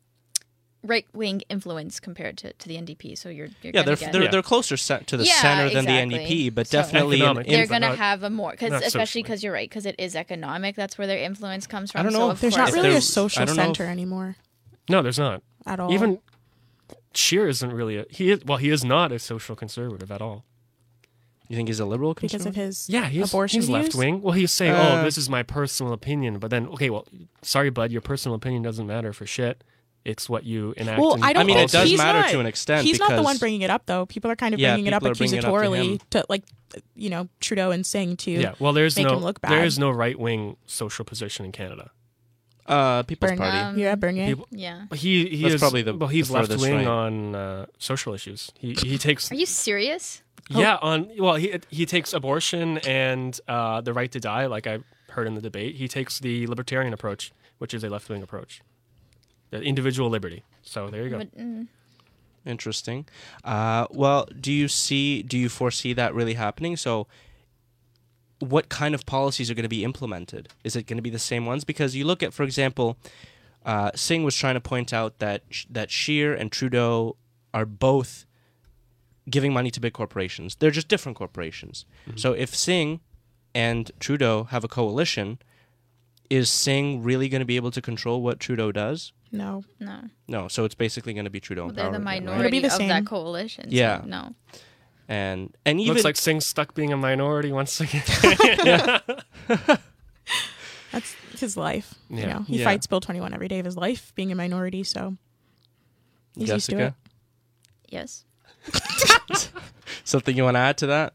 right-wing influence compared to, to the NDP. So you're, yeah, you're gonna they're get- they're, Yeah. they're closer cent- to the Yeah, center than the exactly. NDP, but So- definitely an Economic. in- they're Inf- gonna not- have a more because not especially socially. because you're right because it is economic that's where their influence comes from I don't so know of if There's not course- If really a there's- I social don't know center if- anymore no there's not at all. even sheer isn't really a, he is well he is not a social conservative at all you think he's a liberal? because of conservative? his yeah he's, abortion he's views? left wing well he's saying Uh, oh this is my personal opinion but then okay well sorry bud your personal opinion doesn't matter for shit it's what you enact Well, in I don't. I mean, think it does he's matter not- to an extent He's not the one because- bringing it up though. People are kind of Yeah, bringing it up people are bringing it up to accusatorily him. to, like you know Trudeau and Singh to Yeah, well, there's make no him look bad. there is no right wing social position in Canada. uh, People's Burn- Party. um, yeah Bernier. People- yeah But he he That's is probably the- well, he's the left furthest wing right. on uh, social issues. He he takes are you serious yeah oh. on well he he takes abortion and uh, the right to die. Like I heard in the debate, he takes the libertarian approach, which is a left wing approach, the individual liberty. So there you go. But, mm, Interesting. Uh, well, do you see? Do you foresee that really happening? So, what kind of policies are going to be implemented? Is it going to be the same ones? Because you look at, for example, uh, Singh was trying to point out that that Sheer and Trudeau are both giving money to big corporations. They're just different corporations. So if Singh and Trudeau have a coalition, is Singh really going to be able to control what Trudeau does? no, no No. So it's basically going to be Trudeau. well, in they're the power again, right? minority be the of same. that coalition so Yeah. no and and even Looks like Singh's stuck being a minority once again. that's his life. You Yeah. know, he Yeah. fights Bill 21 every day of his life, being a minority. So he's used to it. Jessica, yes something you want to add to that?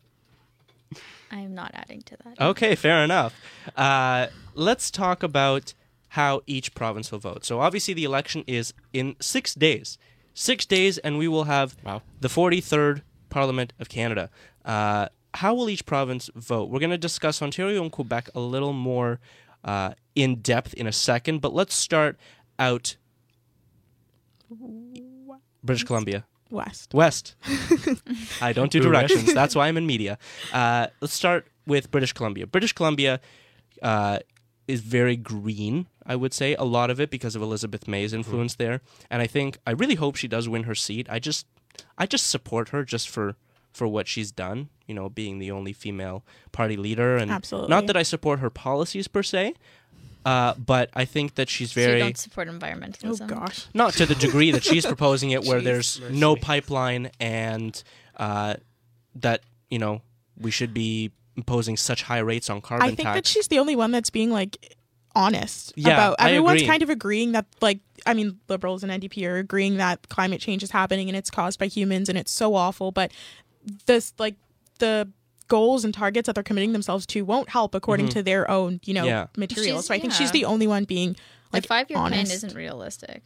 I am not adding to that Okay, fair enough. Uh, let's talk about how each province will vote. So obviously the election is in six days. Six days, and we will have Wow. the 43rd Parliament of Canada. Uh, how will each province vote? We're going to discuss Ontario and Quebec a little more uh, in depth in a second, but let's start out British Columbia. West. West. I don't do Ooh, West. directions. That's why I'm in media. Uh, let's start with British Columbia. British Columbia uh, is very green, I would say, a lot of it because of Elizabeth May's Mm-hmm. influence there. And I think I really hope she does win her seat. I just I just support her just for for what she's done, you know, being the only female party leader and Absolutely. not that I support her policies per se, uh, but I think that she's so you very don't support Oh environmentalism gosh. not to the degree that she's proposing it, where Jeez, there's mercy. no pipeline and uh, that you know we should be imposing such high rates on carbon I think tax. that she's the only one that's being like honest Yeah, about I everyone's agree. kind of agreeing that like I mean liberals and NDP are agreeing that climate change is happening and it's caused by humans and it's so awful but this like the goals and targets that they're committing themselves to won't help according to their own you know Mm-hmm. Yeah. material She's- so I think she's yeah. the only one being like the five year plan honest. isn't realistic.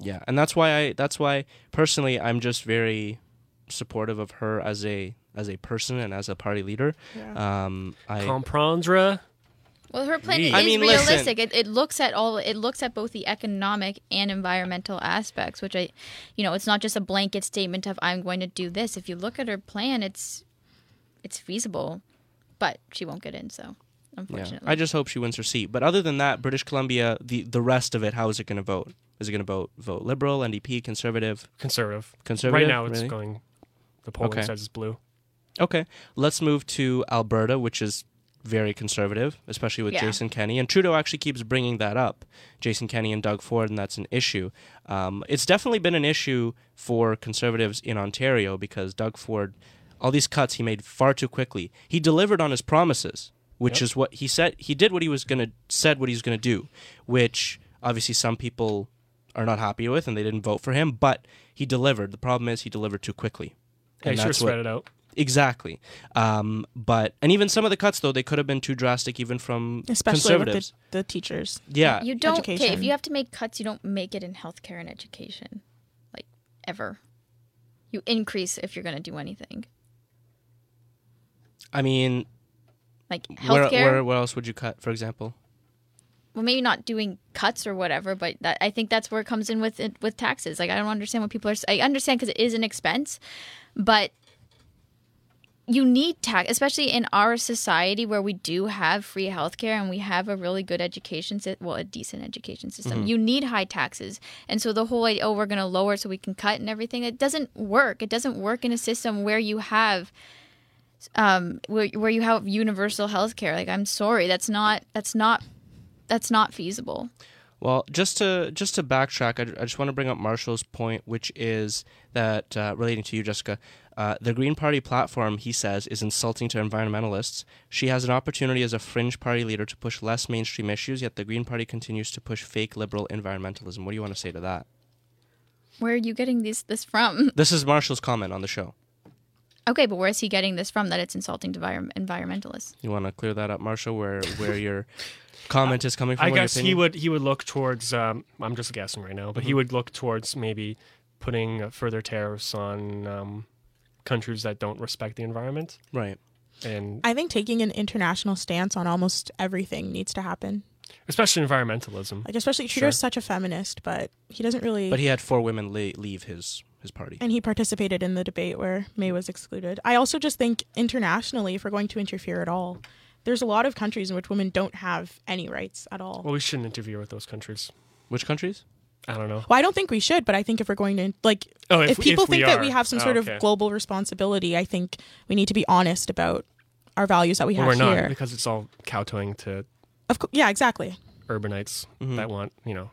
yeah, and that's why I that's why personally I'm just very supportive of her as a as a person and as a party leader. Um, I Comprendre. Well, her plan Jeez. is I mean, listen. realistic. It, it looks at all. It looks at both the economic and environmental aspects, which I, you know, it's not just a blanket statement of I'm going to do this. If you look at her plan, it's, it's feasible, but she won't get in. So, yeah, unfortunately, I just hope she wins her seat. But other than that, British Columbia, the the rest of it, how is it going to vote? Is it going to vote vote liberal, NDP, conservative? Conservative. Conservative, Right now, it's really? going. The polling Okay. says it's blue. Okay, let's move to Alberta, which is very conservative, especially with Yeah. Jason Kenney. And Trudeau actually keeps bringing that up, Jason Kenney and Doug Ford, and that's an issue. Um, it's definitely been an issue for conservatives in Ontario because Doug Ford, all these cuts he made far too quickly. He delivered on his promises, which is what he said. He did what he was gonna said what he was gonna do, which obviously some people are not happy with, and they didn't vote for him. But he delivered. The problem is he delivered too quickly. They And should have that's what- spread it out. Exactly. Um, but and even some of the cuts though they could have been too drastic even from especially with the, conservatives. the teachers yeah. you don't. Okay, if education. you have to make cuts, you don't make it in healthcare and education, like ever. You increase if you're going to do anything, I mean, like where, healthcare. where where else would you cut for example? well, maybe not doing cuts or whatever, but that I think that's where it comes in with it, with taxes. Like I don't understand what people are. s- I understand because it is an expense, but you need tax, especially in our society where we do have free healthcare and we have a really good education, sy- well, a decent education system. You need high taxes, and so the whole like, oh, we're going to lower so we can cut and everything. It doesn't work. It doesn't work in a system where you have um, where, where you have universal health care. Like, I'm sorry, that's not that's not that's not feasible. Well, just to just to backtrack, I, I just want to bring up Marshall's point, which is that uh, relating to you, Jessica, uh, the Green Party platform, he says, is insulting to environmentalists. She has an opportunity as a fringe party leader to push less mainstream issues, yet the Green Party continues to push fake liberal environmentalism. What do you want to say to that? Where are you getting these this from? This is Marshall's comment on the show. Okay, but where is he getting this from? That it's insulting to envir- environmentalists. You want to clear that up, Marshall, where where your comment is coming from? I or your guess he opinion? would he would look towards. Um, I'm just guessing right now, but Mm-hmm. he would look towards maybe putting uh, further tariffs on um, countries that don't respect the environment. Right. And I think taking an international stance on almost everything needs to happen especially environmentalism. like especially Trudeau's such a feminist but he doesn't really But he had four women le- leave his his party. and he participated in the debate where May was excluded. I also just think internationally, if we're going to interfere at all, there's a lot of countries in which women don't have any rights at all. Well, Well, we shouldn't interfere with those countries. Which countries? I don't know. I don't think we should, but I think if we're going to like, Oh, if, if- people if we think that are. we have some Oh, sort okay. of global responsibility, I think we need to be honest about our values that we Well, have we're not here. because it's all kowtowing to Of course, yeah, exactly. urbanites Mm-hmm. Hmm. that want you know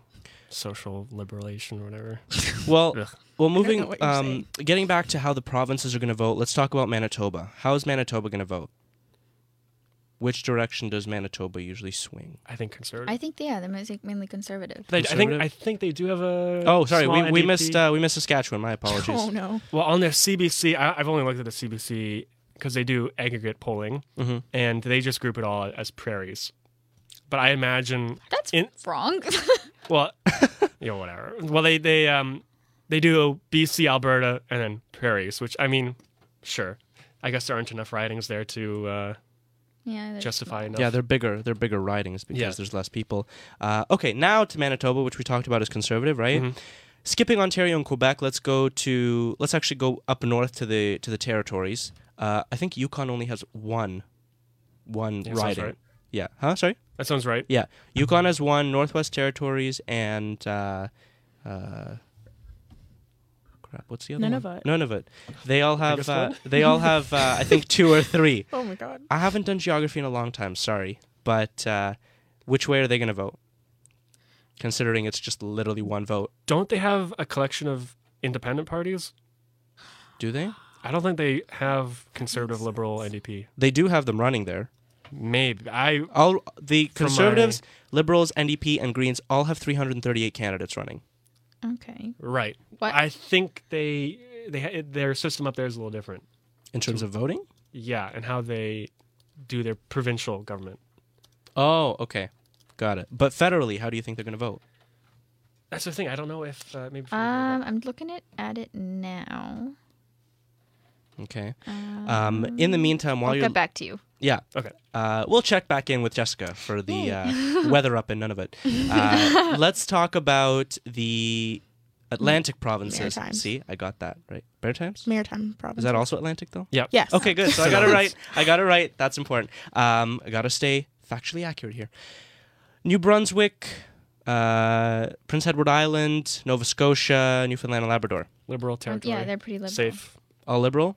social liberation or whatever. Well, Ugh. well, know moving, what you're um, saying. getting back to how the provinces are going to vote. Let's talk about Manitoba. How is Manitoba going to vote? Which direction does Manitoba usually swing? I think conservative. I think yeah, they're mostly- mainly conservative. They- I, think Conservative? I think they do have a. Oh, sorry, Uh, small we, we NDP. missed uh, we missed Saskatchewan. My apologies. Oh no, Well, on their CBC, I, I've only looked at the CBC because they do aggregate polling, Mhm. and they just group it all as prairies. But I imagine, That's In- wrong. well, you know, whatever. Well, they they um they do BC, Alberta, and then prairies, which I mean, sure. I guess there aren't enough ridings there to uh, yeah, they're- justify enough. Yeah, they're bigger. They're bigger ridings because Yeah. there's less people. Uh, okay, now to Manitoba, which we talked about as conservative, right? Mm-hmm. Skipping Ontario and Quebec, let's go to let's actually go up north to the to the territories. Uh, I think Yukon only has one, one Yeah, sounds riding. right. Yeah. Huh. Sorry. That sounds right. Yeah. Yukon has one. Northwest Territories and. Uh, uh, Crap, what's the other Nunavut. one? Nunavut. They all have. Biggest Uh, one? they all have. Uh, I think two or three. oh my god. I haven't done geography in a long time, sorry. But uh, which way are they going to vote? Considering it's just literally one vote, Don't they have a collection of independent parties? do they? I don't think they have conservative liberal NDP. They do have them running there. Maybe I All the From conservatives, liberals, NDP, and Greens all have 338 candidates running. Okay. right. What? I think they they ha- their system up there is a little different. In terms of voting? Yeah, and how they do their provincial government. Oh, okay. Got it. But federally, how do you think they're going to vote? That's the thing. I don't know if uh, maybe. Um, I'm looking at, at it now. Okay. Um, Um, in the meantime, while I'll you're get back to you. yeah, okay. uh, we'll check back in with Jessica for the Hmm. uh, weather up and none of it. Uh, let's talk about the Atlantic provinces. Mm. Maritimes. See, I got that right. Maritimes Maritime province. is that also Atlantic though? Yep. Yes. Okay, good. So I got it right. I got it right. That's important. Um, I got to stay factually accurate here. New Brunswick, uh, Prince Edward Island, Nova Scotia, Newfoundland, and Labrador. Liberal Uh, territory. Yeah, they're pretty liberal. Mm-hmm. safe. All liberal.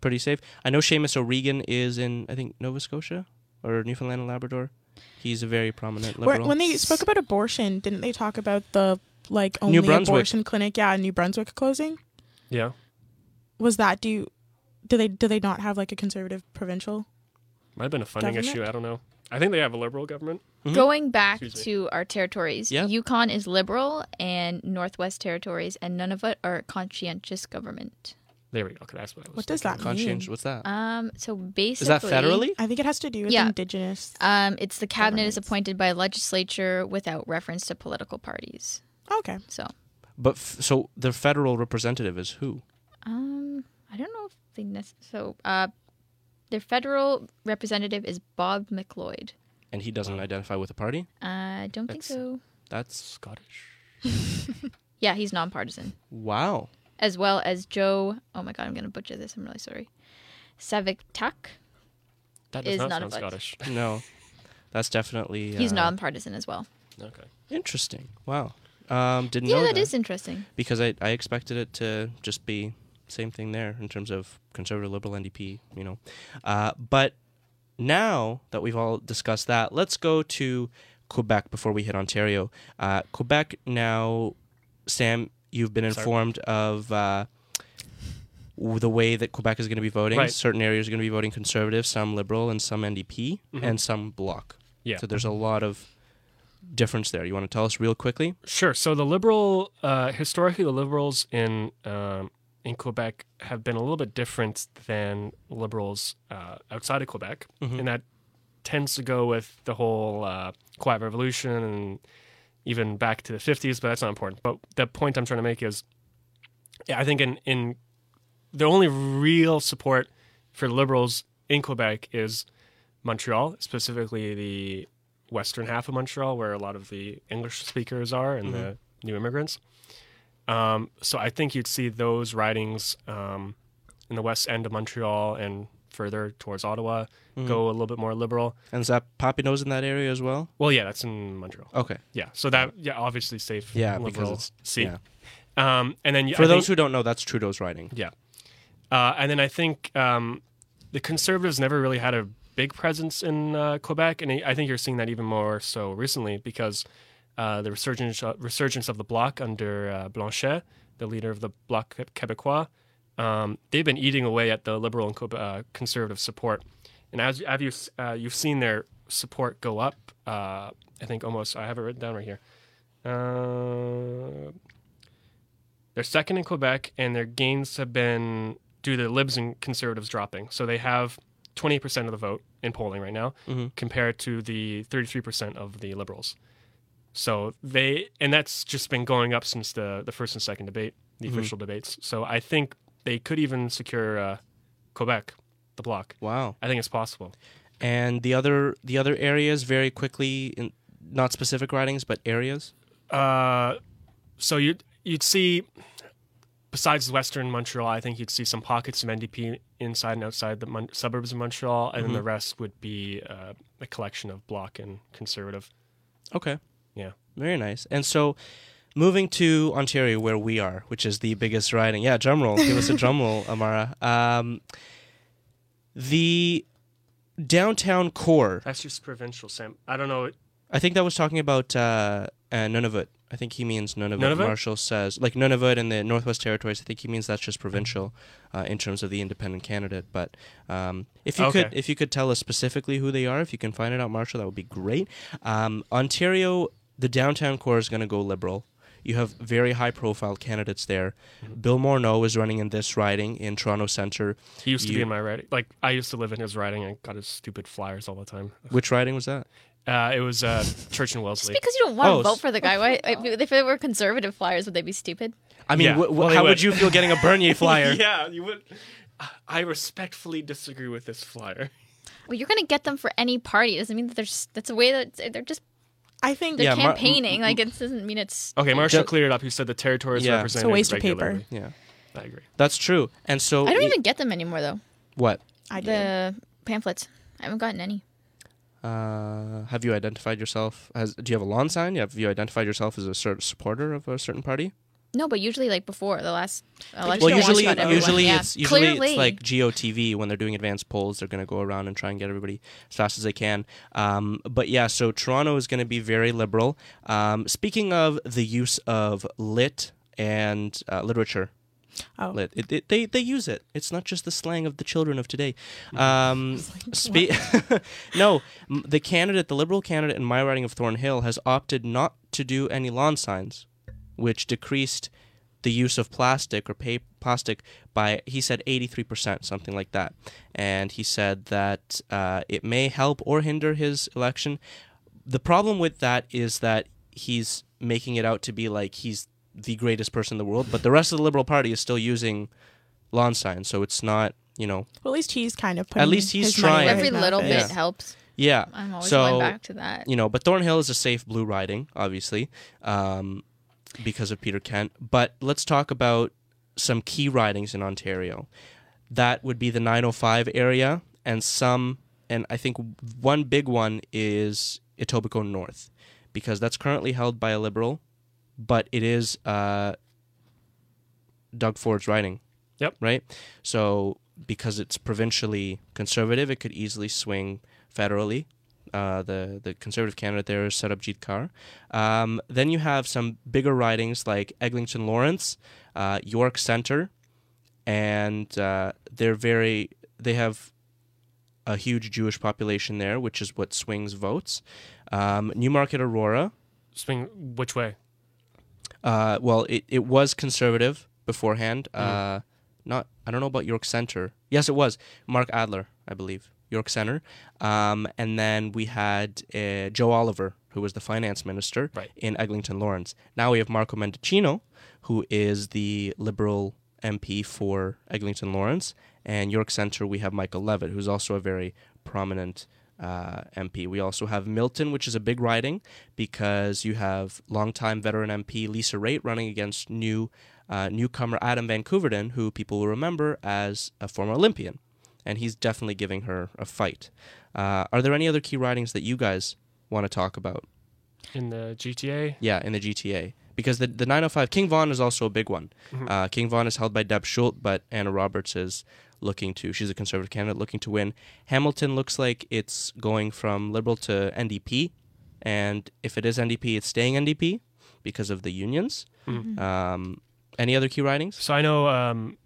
Pretty safe. I know Seamus O'Regan is in, I think, Nova Scotia or Newfoundland and Labrador. He's a very prominent Where- liberal. when they spoke about abortion, didn't they talk about the like only Brunswick. abortion clinic? Yeah, in New Brunswick closing. Yeah. Was that do? Do they do they not have like a conservative provincial? Might have been a funding Government? issue. I don't know. I think they have a liberal government. Mhm. Going back Excuse to our territories, Yeah. Yukon is liberal and Northwest territories and none of it are conscientious government. There we go. Okay, that's what I was. What does that mean? Conscientious. What's that? Um, so basically Is that federally? I think it has to do with Yeah. indigenous. Um, it's the cabinet is Governance. appointed by legislature without reference to political parties. Okay, So, But f- so the federal representative is who? um, I don't know if they nec- so uh, their federal representative is Bob McLeod. Uh, And he doesn't identify with a party. I don't think That's- so. That's Scottish. Yeah, he's nonpartisan, wow. as well as Joe. Oh my God, I'm gonna butcher this. I'm really sorry. Savick Tuck. That does Is not none sound of us. Scottish. No, that's definitely. He's uh, nonpartisan as well. okay. Interesting. Wow. Um, didn't Yeah, know that is interesting. because I, I expected it to just be same thing there in terms of conservative liberal NDP, you know. Uh, but now that we've all discussed that, let's go to Quebec before we hit Ontario. Uh, Quebec now, Sam, you've been Sorry. informed of. Uh, w- the way that Quebec is going to be voting, Right. certain areas are going to be voting conservative, some liberal, and some NDP, and some bloc. Mm-hmm. Yeah. So there's a lot of difference there. You want to tell us real quickly? Sure. So the liberal, uh, historically, the liberals in um, in Quebec have been a little bit different than liberals uh, outside of Quebec, and that tends to go with the whole uh, Quiet Revolution and even back to the fifties. But that's not important. But the point I'm trying to make is, yeah, I think in in the only real support for liberals in Quebec is Montreal, specifically the western half of Montreal, where a lot of the English speakers are and the new immigrants. Um, so I think you'd see those ridings um, in the west end of Montreal and further towards Ottawa Mm-hmm. go a little bit more liberal. And is that Papineau's in that area as well? Well, yeah, that's in Montreal. Okay. Yeah, so that yeah, obviously safe. Yeah, because liberal it's- seat. yeah. Um, and then For those who don't know, that's Trudeau's writing. Yeah. Uh, and then I think um, the conservatives never really had a big presence in uh, Quebec, and I I think you're seeing that even more so recently because uh, the resurgence uh, resurgence of the Bloc under uh, Blanchet, the leader of the Bloc Québécois, um, they've been eating away at the liberal and Quebe- uh, conservative support, and as have you uh, you've seen their support go up. Uh, I think almost I have it written down right here. Uh, they're second in Quebec, and their gains have been due to the Libs and Conservatives dropping. So they have 20% of the vote in polling right now, Mhm. compared to the 33% of the Liberals. So they, and that's just been going up since the, the first and second debate, the official debates. So I think they could even secure uh, Quebec, the bloc. Wow. I think it's possible. And the other the other areas very quickly, in, not specific writings, but areas. Uh, so you'd you'd see besides Western Montreal, I think you'd see some pockets of NDP inside and outside the mon- suburbs of Montreal, and then the rest would be uh, a collection of Bloc and Conservative. Okay. Yeah. Very nice. And so, moving to Ontario, where we are, which is the biggest riding. Yeah, drum roll. Give us a drum roll, Amara. Um, the downtown core. That's just provincial, Sam. I don't know. I think that was talking about uh, uh, Nunavut I think he means Nunavut. Nunavut? Marshall says, like Nunavut and the Northwest Territories. I think he means that's just provincial, uh, in terms of the independent candidate. But um, if you could, Okay. if you could tell us specifically who they are, if you can find it out, Marshall, that would be great. Um, Ontario, the downtown core is going to go liberal. You have very high-profile candidates there. Mm-hmm. Bill Morneau is running in this riding in Toronto Centre. He used to You- be in my writing. Like I used to live in his riding and got his stupid flyers all the time. Which riding was that? Uh, it was uh, Church and Wellesley. Because you don't want to Oh, vote for the guy. Why? If it were conservative flyers, would they be stupid? I mean, Yeah, wh- wh- well, they how would would. you feel getting a Bernier flyer? yeah, you would. I respectfully disagree with this flyer. Well, you're going to get them for any party. It doesn't mean that there's. That's a way that they're just I think they're Yeah, Mar- campaigning. like it doesn't mean it's. Okay, Marshall Ju- cleared it up. He said the territory is Yeah. represented. It's a waste of paper. regularly. Yeah, I agree. that's true. And so I don't y- even get them anymore though. what. I do. The pamphlets. I haven't gotten any. Uh, have you identified yourself as? Do you have a lawn sign? Have you identified yourself as a certain supporter of a certain party? No, but usually like before the last election. Well, don't usually, want to everyone. usually Yeah. it's usually Clearly. it's like GOTV when they're doing advanced polls, they're going to go around and try and get everybody as fast as they can. Um, but yeah, so Toronto is going to be very liberal. Um, speaking of the use of lit and uh, literature, Oh. lit, it, it, they they use it. It's not just the slang of the children of today. Um, spe- no, m- the candidate, the liberal candidate in my riding of Thornhill, has opted not to do any lawn signs, which decreased the use of plastic or pa- plastic by he said 83% something like that and he said that uh, it may help or hinder his election the problem with that is that he's making it out to be like he's the greatest person in the world but the rest of the liberal party is still using lawn signs so it's not you know Well, at least he's kind of putting least he's his money where trying. his Every mouth little bit is. Yeah. helps. yeah I'm always so going back to that. you know, but Thornhill is a safe blue riding, obviously, um, because of Peter Kent. But let's talk about some key ridings in Ontario. That would be the 905 area, and some, and I think one big one is Etobicoke North, because that's currently held by a liberal, but it is uh, Doug Ford's riding. Yep. Right. So because it's provincially conservative, it could easily swing federally uh, the the conservative candidate there is Sarabjit Kaur. Um, then you have some bigger ridings like Eglinton Lawrence, uh, York Centre, and uh, they're very they have a huge Jewish population there, which is what swings votes. Um, Newmarket Aurora, Swing which way? uh, well, it, it was conservative beforehand. Uh, not I don't know about York Center. Yes, it was Mark Adler, I believe. York Center, um, and then we had uh, Joe Oliver, who was the finance minister Right. in Eglinton Lawrence. Now we have Marco Mendicino, who is the Liberal MP for Eglinton Lawrence, and York Center we have Michael Levitt, who's also a very prominent uh, MP. We also have Milton, which is a big riding because you have longtime veteran MP Lisa Raitt running against new uh, newcomer Adam Vancouverden, who people will remember as a former Olympian, and he's definitely giving her a fight. Uh, are there any other key ridings that you guys want to talk about? In the GTA? Yeah, in the GTA. Because the, the 905, King Vaughn is also a big one. Mm-hmm. Uh, King Vaughn is held by Deb Schultz, but Anna Roberts is looking to, she's a conservative candidate looking to win. Hamilton looks like it's going from Liberal to NDP. And if it is NDP, it's staying NDP because of the unions. Mm-hmm. Um, any other key ridings? So I know um,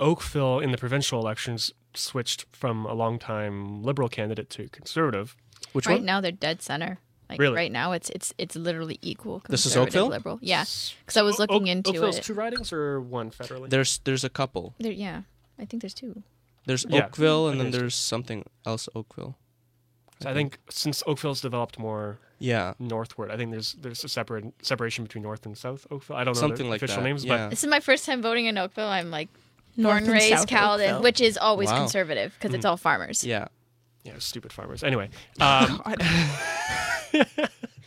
Oakville in the provincial elections switched from a longtime liberal candidate to conservative. Which right one? now they're dead center. Like Really? right now, it's it's it's literally equal. This is conservative, Oakville? liberal. Yeah, because I was Oak- looking into Oakville's it. two ridings or one federally? There's there's a couple. There, yeah, I think there's two. There's Yeah. Oakville, and I then think- there's something else Oakville. So I think since Oakville's developed more Yeah, northward, I think there's there's a separate separation between north and south Oakville. I don't know something the like official that. names, yeah. This is my first time voting in Oakville. I'm like North born, and raised South Caledon, Oakville. which is always Wow. Hmm. conservative because it's all farmers. yeah. but yeah, stupid farmers. Anyway, um, God.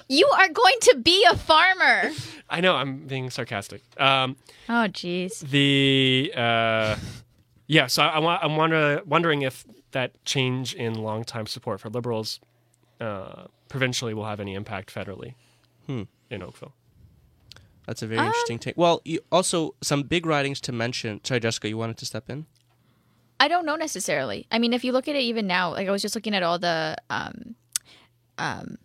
You are going to be a farmer. I know I'm being sarcastic. Um, oh, jeez. the uh, yeah, so I, wa- I'm wonder, wondering if that change in longtime support for liberals uh, provincially will have any impact federally Hmm. in Oakville. That's a Um, very interesting take. Well, you, also some big writings to mention. Sorry, Jessica, you wanted to step in. I don't know necessarily. I mean, if you look at it even now, like I was just looking at all the um, um,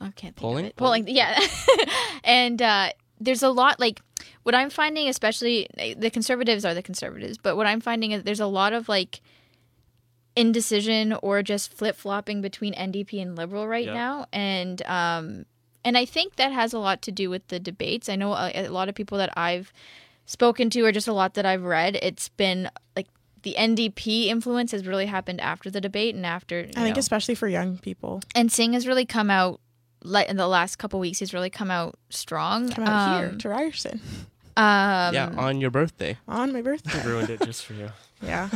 I can't think of Polling? it. Polling, yeah. and uh, there's a lot like what I'm finding, especially the conservatives are the conservatives, but what I'm finding is there's a lot of like indecision or just flip flopping between NDP and Liberal right Yeah. now, and um, and I think that has a lot to do with the debates. I know a, a lot of people that I've spoken to or just a lot that I've read. It's been like the NDP influence has really happened after the debate and after. you I think know, especially for young people. and Singh has really come out like in the last couple weeks he's really come out strong Come out um, here to Ryerson um, yeah, on your birthday. on my birthday. Ruined it just for you. yeah.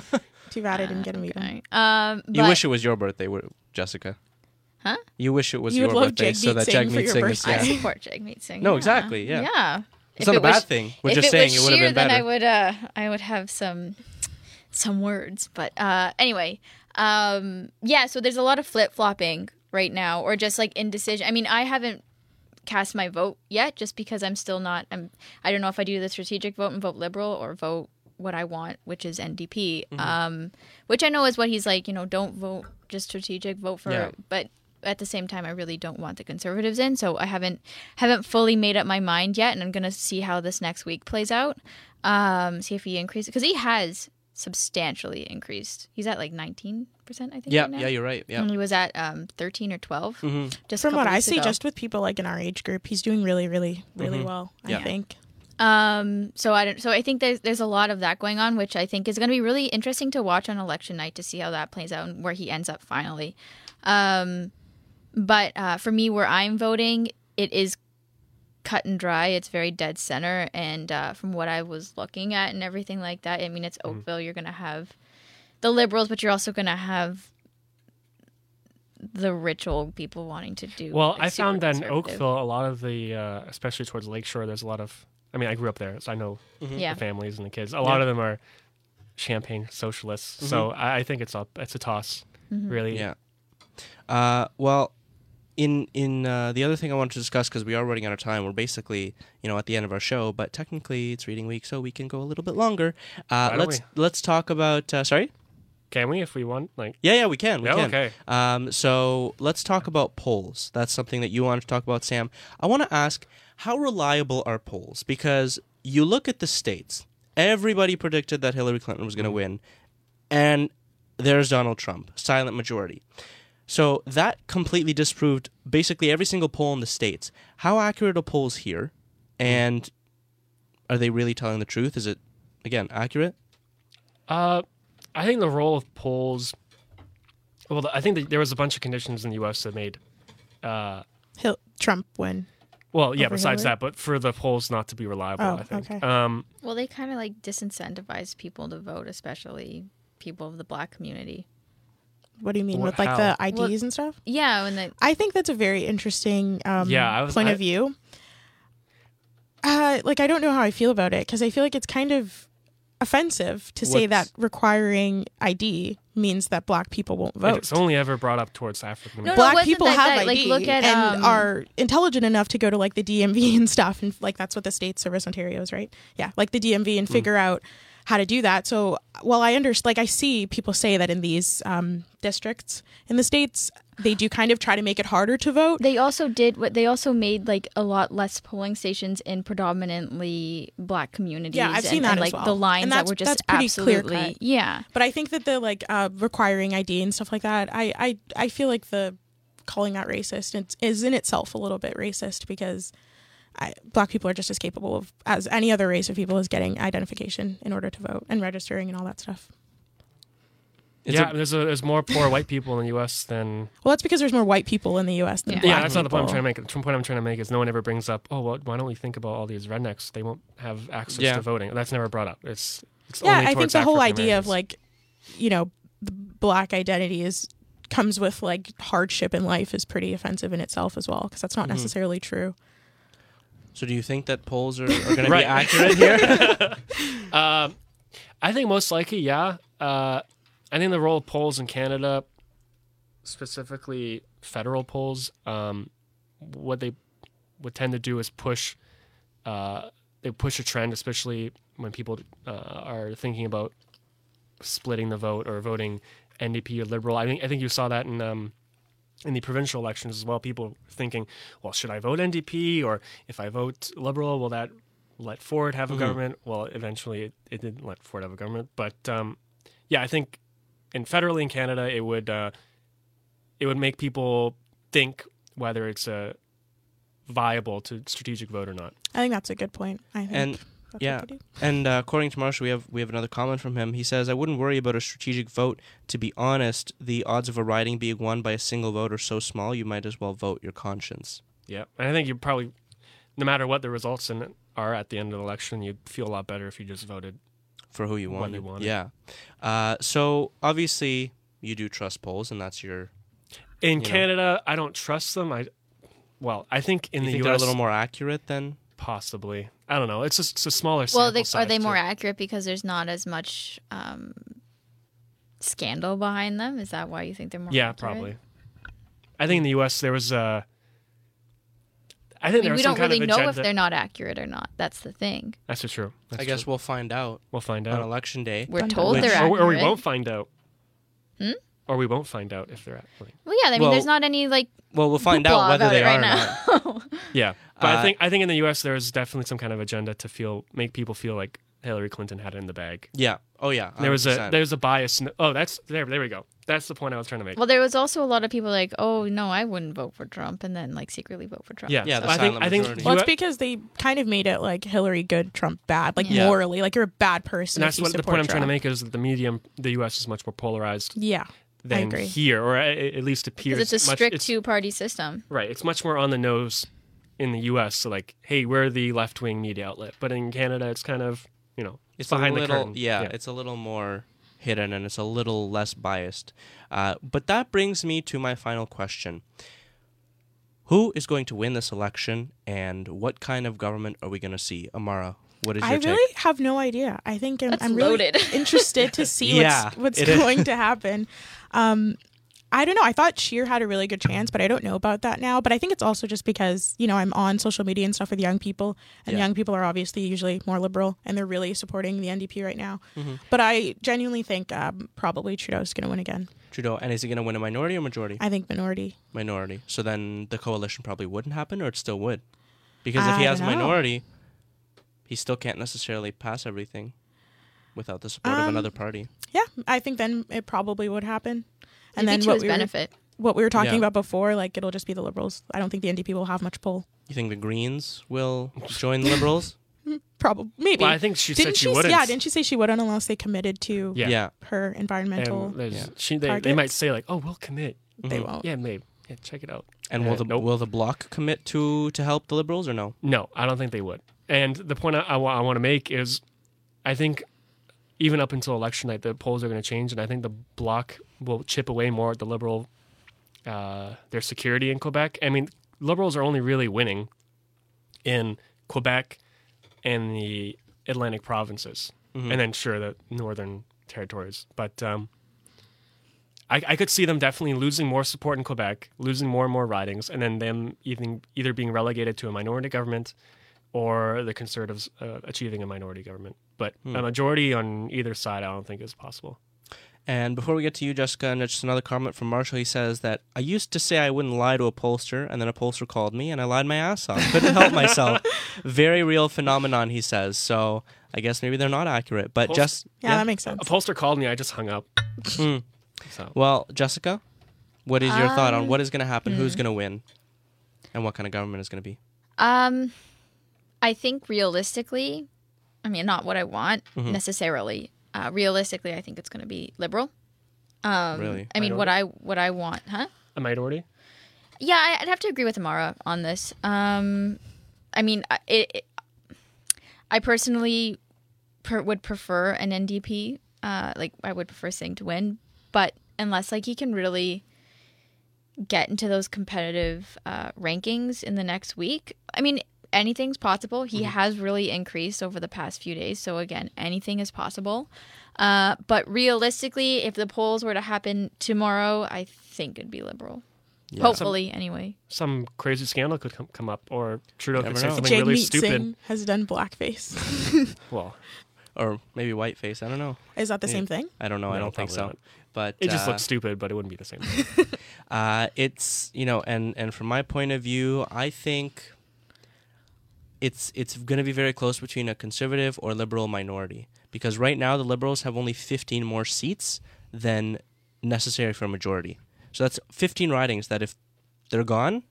Too bad I didn't get a meet him. okay. um You but- wish it was your birthday, wo- Jessica. Huh? You wish it was You would your love birthday so Jagmeet that Singh for Jagmeet Singh your is. I Yeah. birthday. support Jagmeet Singh No, yeah. exactly, yeah. yeah It's not a bad was, thing. We're if just it saying was it would have sheer, been then better. I would uh I would have some some words but uh anyway um yeah so there's a lot of flip-flopping right now or just like indecision I mean I haven't cast my vote yet just because I'm still not I'm I don't know if I do the strategic vote and vote liberal or vote what I want, which is NDP. Mm-hmm. Um which I know is what he's like, you know, don't vote just strategic, vote for Yeah. but at the same time I really don't want the conservatives in, so I haven't haven't fully made up my mind yet and I'm going to see how this next week plays out. Um see if he increases cuz he has substantially increased. He's at like 19% I think Yeah, right now. yeah, you're right. Yeah. Mm-hmm. And he was at um 13 or 12 Mhm. just a From what couple I weeks see, ago. just with people like in our age group, he's doing really, really, really Mhm. well. Yeah. I think. Um, so I don't. So I think there's there's a lot of that going on, which I think is going to be really interesting to watch on election night to see how that plays out and where he ends up finally. Um, but uh, for me, where I'm voting, it is cut and dry. It's very dead center, and uh, from what I was looking at and everything like that, I mean, it's Mm-hmm. Oakville. You're going to have the liberals, but you're also going to have the rich old people wanting to do. Well, like, I super found that in conservative. Oakville, a lot of the, uh, especially towards Lakeshore, there's a lot of. I mean, I grew up there, so I know yeah, the families and the kids. A lot of them are champagne socialists, so I, I think it's up. It's a toss, Mm-hmm. really. Mm-hmm. Yeah. Uh, well, in in uh, the other thing I wanted to discuss because we are running out of time. We're basically you know at the end of our show, but technically it's reading week, so we can go a little bit longer. Uh, don't let's let's talk about. Uh, sorry. Can we, if we want, like, Yeah, yeah, we can. We Yeah, can. okay. Um, so let's talk about polls. That's something that you wanted to talk about, Sam. I want to ask how reliable are polls? Because you look at the states, everybody predicted that Hillary Clinton was going to win, and there's Donald Trump, silent majority. So that completely disproved basically every single poll in the states. How accurate are polls here? And are they really telling the truth? Is it, again, accurate? Uh, I think the role of polls. Well, I think that there was a bunch of conditions in the U.S. that made. Uh, He'll Trump win. well, yeah. Over besides Hillary? that, but for the polls not to be reliable, Oh, I think. okay. Um, Well, they kind of like disincentivize people to vote, especially people of the black community. What do you mean with What- like the IDs Well- and stuff? Yeah, and the I think that's a very interesting um, Yeah, I was- point I- of view. Uh, like, I don't know how I feel about it because I feel like it's kind of offensive to say What's- that requiring ID means that black people won't and vote. It's only ever brought up towards African No, Americans. it black wasn't people like have that. Like, ID look at, and um, are intelligent enough to go to like the DMV and stuff, and like that's what the state service Ontario is, right? Yeah, like the DMV Mm. and figure out how to do that. So while I understand, like I see people say that in these um, districts in the states, they do kind of try to make it harder to vote. they also did what they also made like a lot less polling stations in predominantly black communities. I've and, seen that and, as like well. the lines And that that's- were just that's pretty absolutely clear-cut. yeah. But I think that the like uh, requiring ID and stuff like that, I I, I feel like the calling that racist it's, is in itself a little bit racist because I, black people are just as capable of as any other race of people is getting identification in order to vote and registering and all that stuff. Is yeah, it- there's a, there's more poor white people in the U.S. than Well, that's because there's more white people in the U.S. than Yeah. black yeah. That's not the point I'm people. trying to make. The point I'm trying to make is no one ever brings up. Oh, well, why don't we think about all these rednecks? They won't have access Yeah. to voting. That's never brought up. It's it's yeah only i think towards the whole African idea of Americans. like you know the black identity is comes with like hardship in life is pretty offensive in itself as well because that's Mm-hmm. not necessarily true So do you think that polls are, are going to Right. be accurate here? Um, I think most likely, yeah. Uh, I think the role of polls in Canada, specifically federal polls, um, what they would tend to do is push. Uh, they push a trend, especially when people uh, are thinking about splitting the vote or voting NDP or Liberal. I think I think you saw that in um, in the provincial elections as well, people were thinking, well, should I vote NDP or if I vote Liberal, will that let Ford have a Mhm. government? Well, eventually it, it didn't let Ford have a government, but um, yeah, I think in federally in Canada it would uh, it would make people think whether it's uh, viable to strategic vote or not. I think that's a good point. I think. And- that's what yeah. they do. And uh, according to Marshall, we have we have another comment from him. He says, "I wouldn't worry about a strategic vote. To be honest, the odds of a riding being won by a single vote are so small. You might as well vote your conscience." Yeah, and I think you probably, no matter what the results in are at the end of the election, you'd feel a lot better if you just voted. for who you What want. you wanted. Yeah. Uh, so obviously you do trust polls, and that's your. In You know. Canada, I don't trust them. I, well, I think in you the think they're a U.S. little more accurate than. possibly. I don't know. It's just it's a smaller. Well, sample they, are size, they too. more accurate because there's not as much um, scandal behind them? Is that why you think they're more? Yeah, accurate? probably. I think in the U.S. there was a. I I think mean, there we was don't some really kind know of if agenda. they're not accurate or not. That's the thing. That's true. That's I guess true. we'll find out we'll find on out. election day. We're Dun, dun, told dun. they're Which- or, accurate. we- or we won't find out. Hmm? Or we won't find out if they're at. Like, Well, yeah. I mean, Well, there's not any like Well, we'll find hoopla out whether about they it right are or not. now. yeah, but Uh, I think I think in the U.S. there's definitely some kind of agenda to feel make people feel like Hillary Clinton had it in the bag. Yeah. Oh yeah. There was a 100%. there was a bias. In, oh, that's there. There we go. That's the point I was trying to make. well, there was also a lot of people like, oh no, I wouldn't vote for Trump, and then like secretly vote for Trump. yeah, Yeah, the I think silent I think majority. Well, you- it's because they kind of made it like Hillary good, Trump bad, like Yeah. morally, like you're a bad person. and that's if you what the support point I'm trying to Trump. make is that the medium, the U.S. is much more polarized Yeah, than agree. here, or a- a- at least appears. because it's a much- strict it's- two-party system. Right. It's much more on the nose in the U.S. So like, hey, we're the left-wing media outlet, but in Canada, it's kind of you know It's behind a little, the curtain. Yeah, it's a little more hidden and it's a little less biased. Uh, but that brings me to my final question. Who is going to win this election and what kind of government are we going to see? Amara, what is your I take? really have no idea. I think I'm, That's I'm really loaded. interested to see Yeah, what's, what's it is. going to happen. Um, I don't know. I thought Sheer had a really good chance, but I don't know about that now. But I think it's also just because you know I'm on social media and stuff with young people, and Yeah. young people are obviously usually more liberal, and they're really supporting the NDP right now. Mm-hmm. But I genuinely think um, probably Trudeau's going to win again. Trudeau, and is he going to win a minority or majority? I think minority. minority. So then the coalition probably wouldn't happen, or it still would, because if I he has a dunno. minority, he still can't necessarily pass everything without the support of Um, another party. Yeah, I think then it probably would happen. And It'd be then to what his we, were, benefit. what we were talking Yeah. about before, like it'll just be the Liberals. I don't think the NDP will have much pull. You think the Greens will join the Liberals? Probably, maybe. Well, I think she didn't said she, she? s- wouldn't. yeah, didn't she say she wouldn't unless they committed to Yeah. her environmental? And there's, Yeah. she, they, they might targets? say like, oh, we'll commit. they Mhm. won't. Yeah, maybe. Yeah, check it out. And Uh, will the nope. will the bloc commit to to help the liberals or no? No, I don't think they would. And the point I, want to make is, I think even up until election night, the polls are going to change, and I think the bloc will chip away more at the liberal uh, their security in Quebec. I mean, liberals are only really winning in Quebec and the Atlantic provinces, and then sure the northern territories. But um, I, I could see them definitely losing more support in Quebec, losing more and more ridings, and then them even, either being relegated to a minority government or the Conservatives uh, achieving a minority government. But Hmm. a majority on either side, I don't think is possible. And before we get to you, Jessica, and just another comment from Marshall, he says that I used to say I wouldn't lie to a pollster, and then a pollster called me, and I lied my ass off. Couldn't help myself. Very real phenomenon, he says. So I guess maybe they're not accurate, but Pollst- just yeah, that makes sense. A pollster called me, I just hung up. Hmm. So Well, Jessica, what is your thought on what is going to happen, who's going to win, and what kind of government is going to be? Um, I think realistically, I mean, not what I want Mm-hmm. necessarily. Uh, realistically, I think it's going to be liberal. Um, Really? I mean, what I what I want, huh? a minority? Yeah, I- I'd have to agree with Amara on this. Um, I mean, I- it, it, I personally per, would prefer an NDP. Uh, like, I would prefer Singh to win, but unless like he can really get into those competitive uh, rankings in the next week, I mean, anything's possible. He has really increased over the past few days, so again, anything is possible. Uh, but realistically, if the polls were to happen tomorrow, I think it'd be liberal. Hopefully, anyway. Some crazy scandal could come, come up, or Trudeau Never could say know. something Jagmeet really stupid. Singh has done blackface. Well, or maybe whiteface. I don't know. Is that the Yeah. same thing? I don't know. I No, don't think so. probably But It just uh, looks stupid, but it wouldn't be the same. Uh, it's you know, and and from my point of view, I think it's it's going to be very close between a conservative or liberal minority because right now the liberals have only 15 more seats than necessary for a majority. So that's 15 ridings that if they're gone,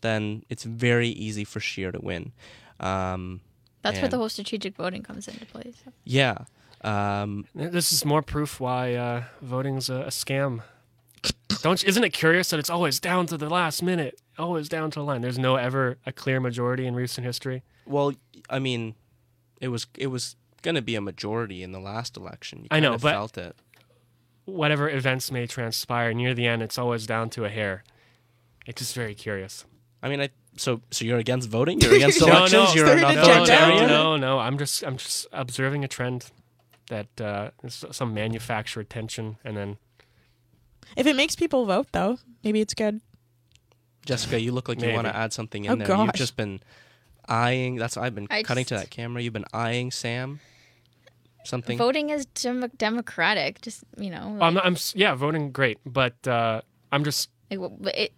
then it's very easy for Sheer to win. Um, That's where And- the whole strategic voting comes into play. So. yeah. Um, this is more proof why uh, voting's a, a scam. Don't you- isn't it curious that it's always down to the last minute, always down to the line. There's no ever a clear majority in recent history. well, I mean, it was it was going to be a majority in the last election. You I know, kinda but- felt it. Whatever events may transpire near the end, it's always down to a hair. It's just very curious. I mean, I so so you're against voting. You're against No, elections. no, you're an they're an No, no, Checked out? authoritarian. no, no, I'm just I'm just observing a trend that uh, is some manufactured tension, and then If it makes people vote, though, maybe it's good. Jessica, you look like you Maybe. want to add something in Oh, there. You've gosh. just been eyeing. That's I've been I cutting to just- that camera. You've been eyeing Sam. Something. Voting is dem- democratic. Just you know, I'm, I'm s- yeah voting great, but uh, I'm just like, w- but it,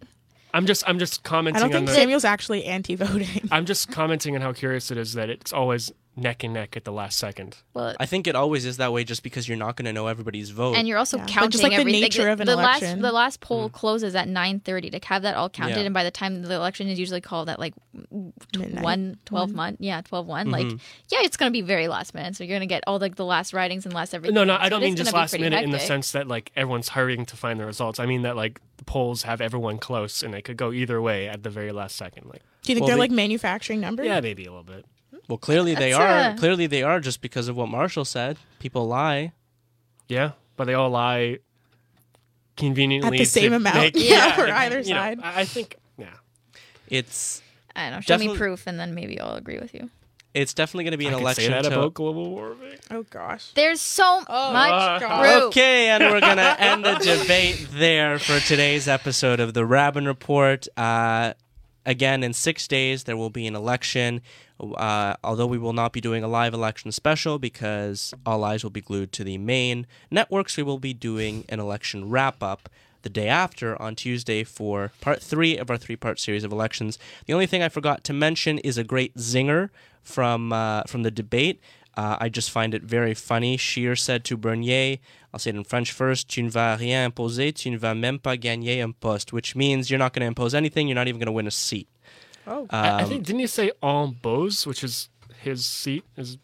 I'm just I'm just I commenting don't on think the Samuel's actually anti-voting. I'm just commenting on how curious it is that it's always neck and neck at the last second. well, I think it always is that way, just because you're not going to know everybody's vote. and you're also Yeah. But just counting like the everything. nature of an the election. last the last poll closes at 9:30 to have that all counted, Mm-hmm. Yeah. and by the time the election is usually called at like Midnight. one 12 month, yeah, 12 one. Like, Mm-hmm. yeah, it's gonna be very last minute, so you're gonna get all like the last writings and last everything. No, no, I So don't it is mean just gonna be last pretty minute in the hectic. sense that like everyone's hurrying to find the results. I mean that like the polls have everyone close and it could go either way at the very last second. Like, Do you think Well, they're they- like manufacturing numbers? yeah, maybe a little bit. well, clearly they are. That's a- Clearly they are, just because of what Marshall said. People lie. Yeah, but they all lie At conveniently the same to amount. make- Yeah, for either you know, side. I I think yeah. It's I don't know. Show Definitely- me proof, and then maybe I'll agree with you. it's definitely going to be an I could election. say that to- about global warming. Oh gosh. There's so Oh, much uh, God. proof. Okay, and we're gonna end the debate there for today's episode of the Rabin Report. Uh, again, in six days there will be an election. Uh, although we will not be doing a live election special because all eyes will be glued to the main networks, we will be doing an election wrap up the day after on Tuesday for part three of our three part series of elections. The only thing I forgot to mention is a great zinger from uh, from the debate. Uh, I just find it very funny. Scheer said to Bernier, I'll say it in French first, tu ne vas rien imposer, tu ne vas même pas gagner un poste, which means you're not going to impose anything, you're not even going to win a seat. Oh. Um, I, I think didn't you say en Bose, which is his seat is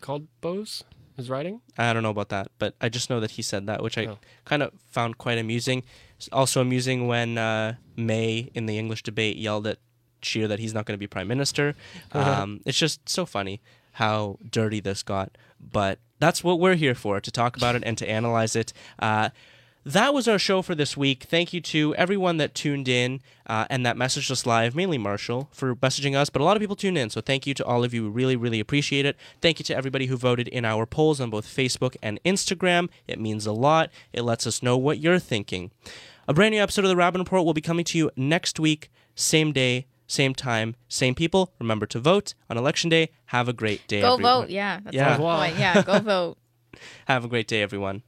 called Bose, his writing? I don't know about that, but I just know that he said that, which I Oh. kind of found quite amusing. It's also amusing when uh, May in the English debate yelled at Scheer that he's not going to be prime minister. Um, it's just so funny how dirty this got, but that's what we're here for to talk about it and to analyze it. Uh, that was our show for this week. Thank you to everyone that tuned in uh, and that messaged us live, mainly Marshall, for messaging us, but a lot of people tuned in. So thank you to all of you. We really, really appreciate it. Thank you to everybody who voted in our polls on both Facebook and Instagram. It means a lot. It lets us know what you're thinking. A brand new episode of The Robin Report will be coming to you next week, same day, same time, same people. Remember to vote on Election Day. Have a great day. Go everyone. vote. Yeah. That's Yeah. the whole point. Yeah. Go vote. Have a great day, everyone.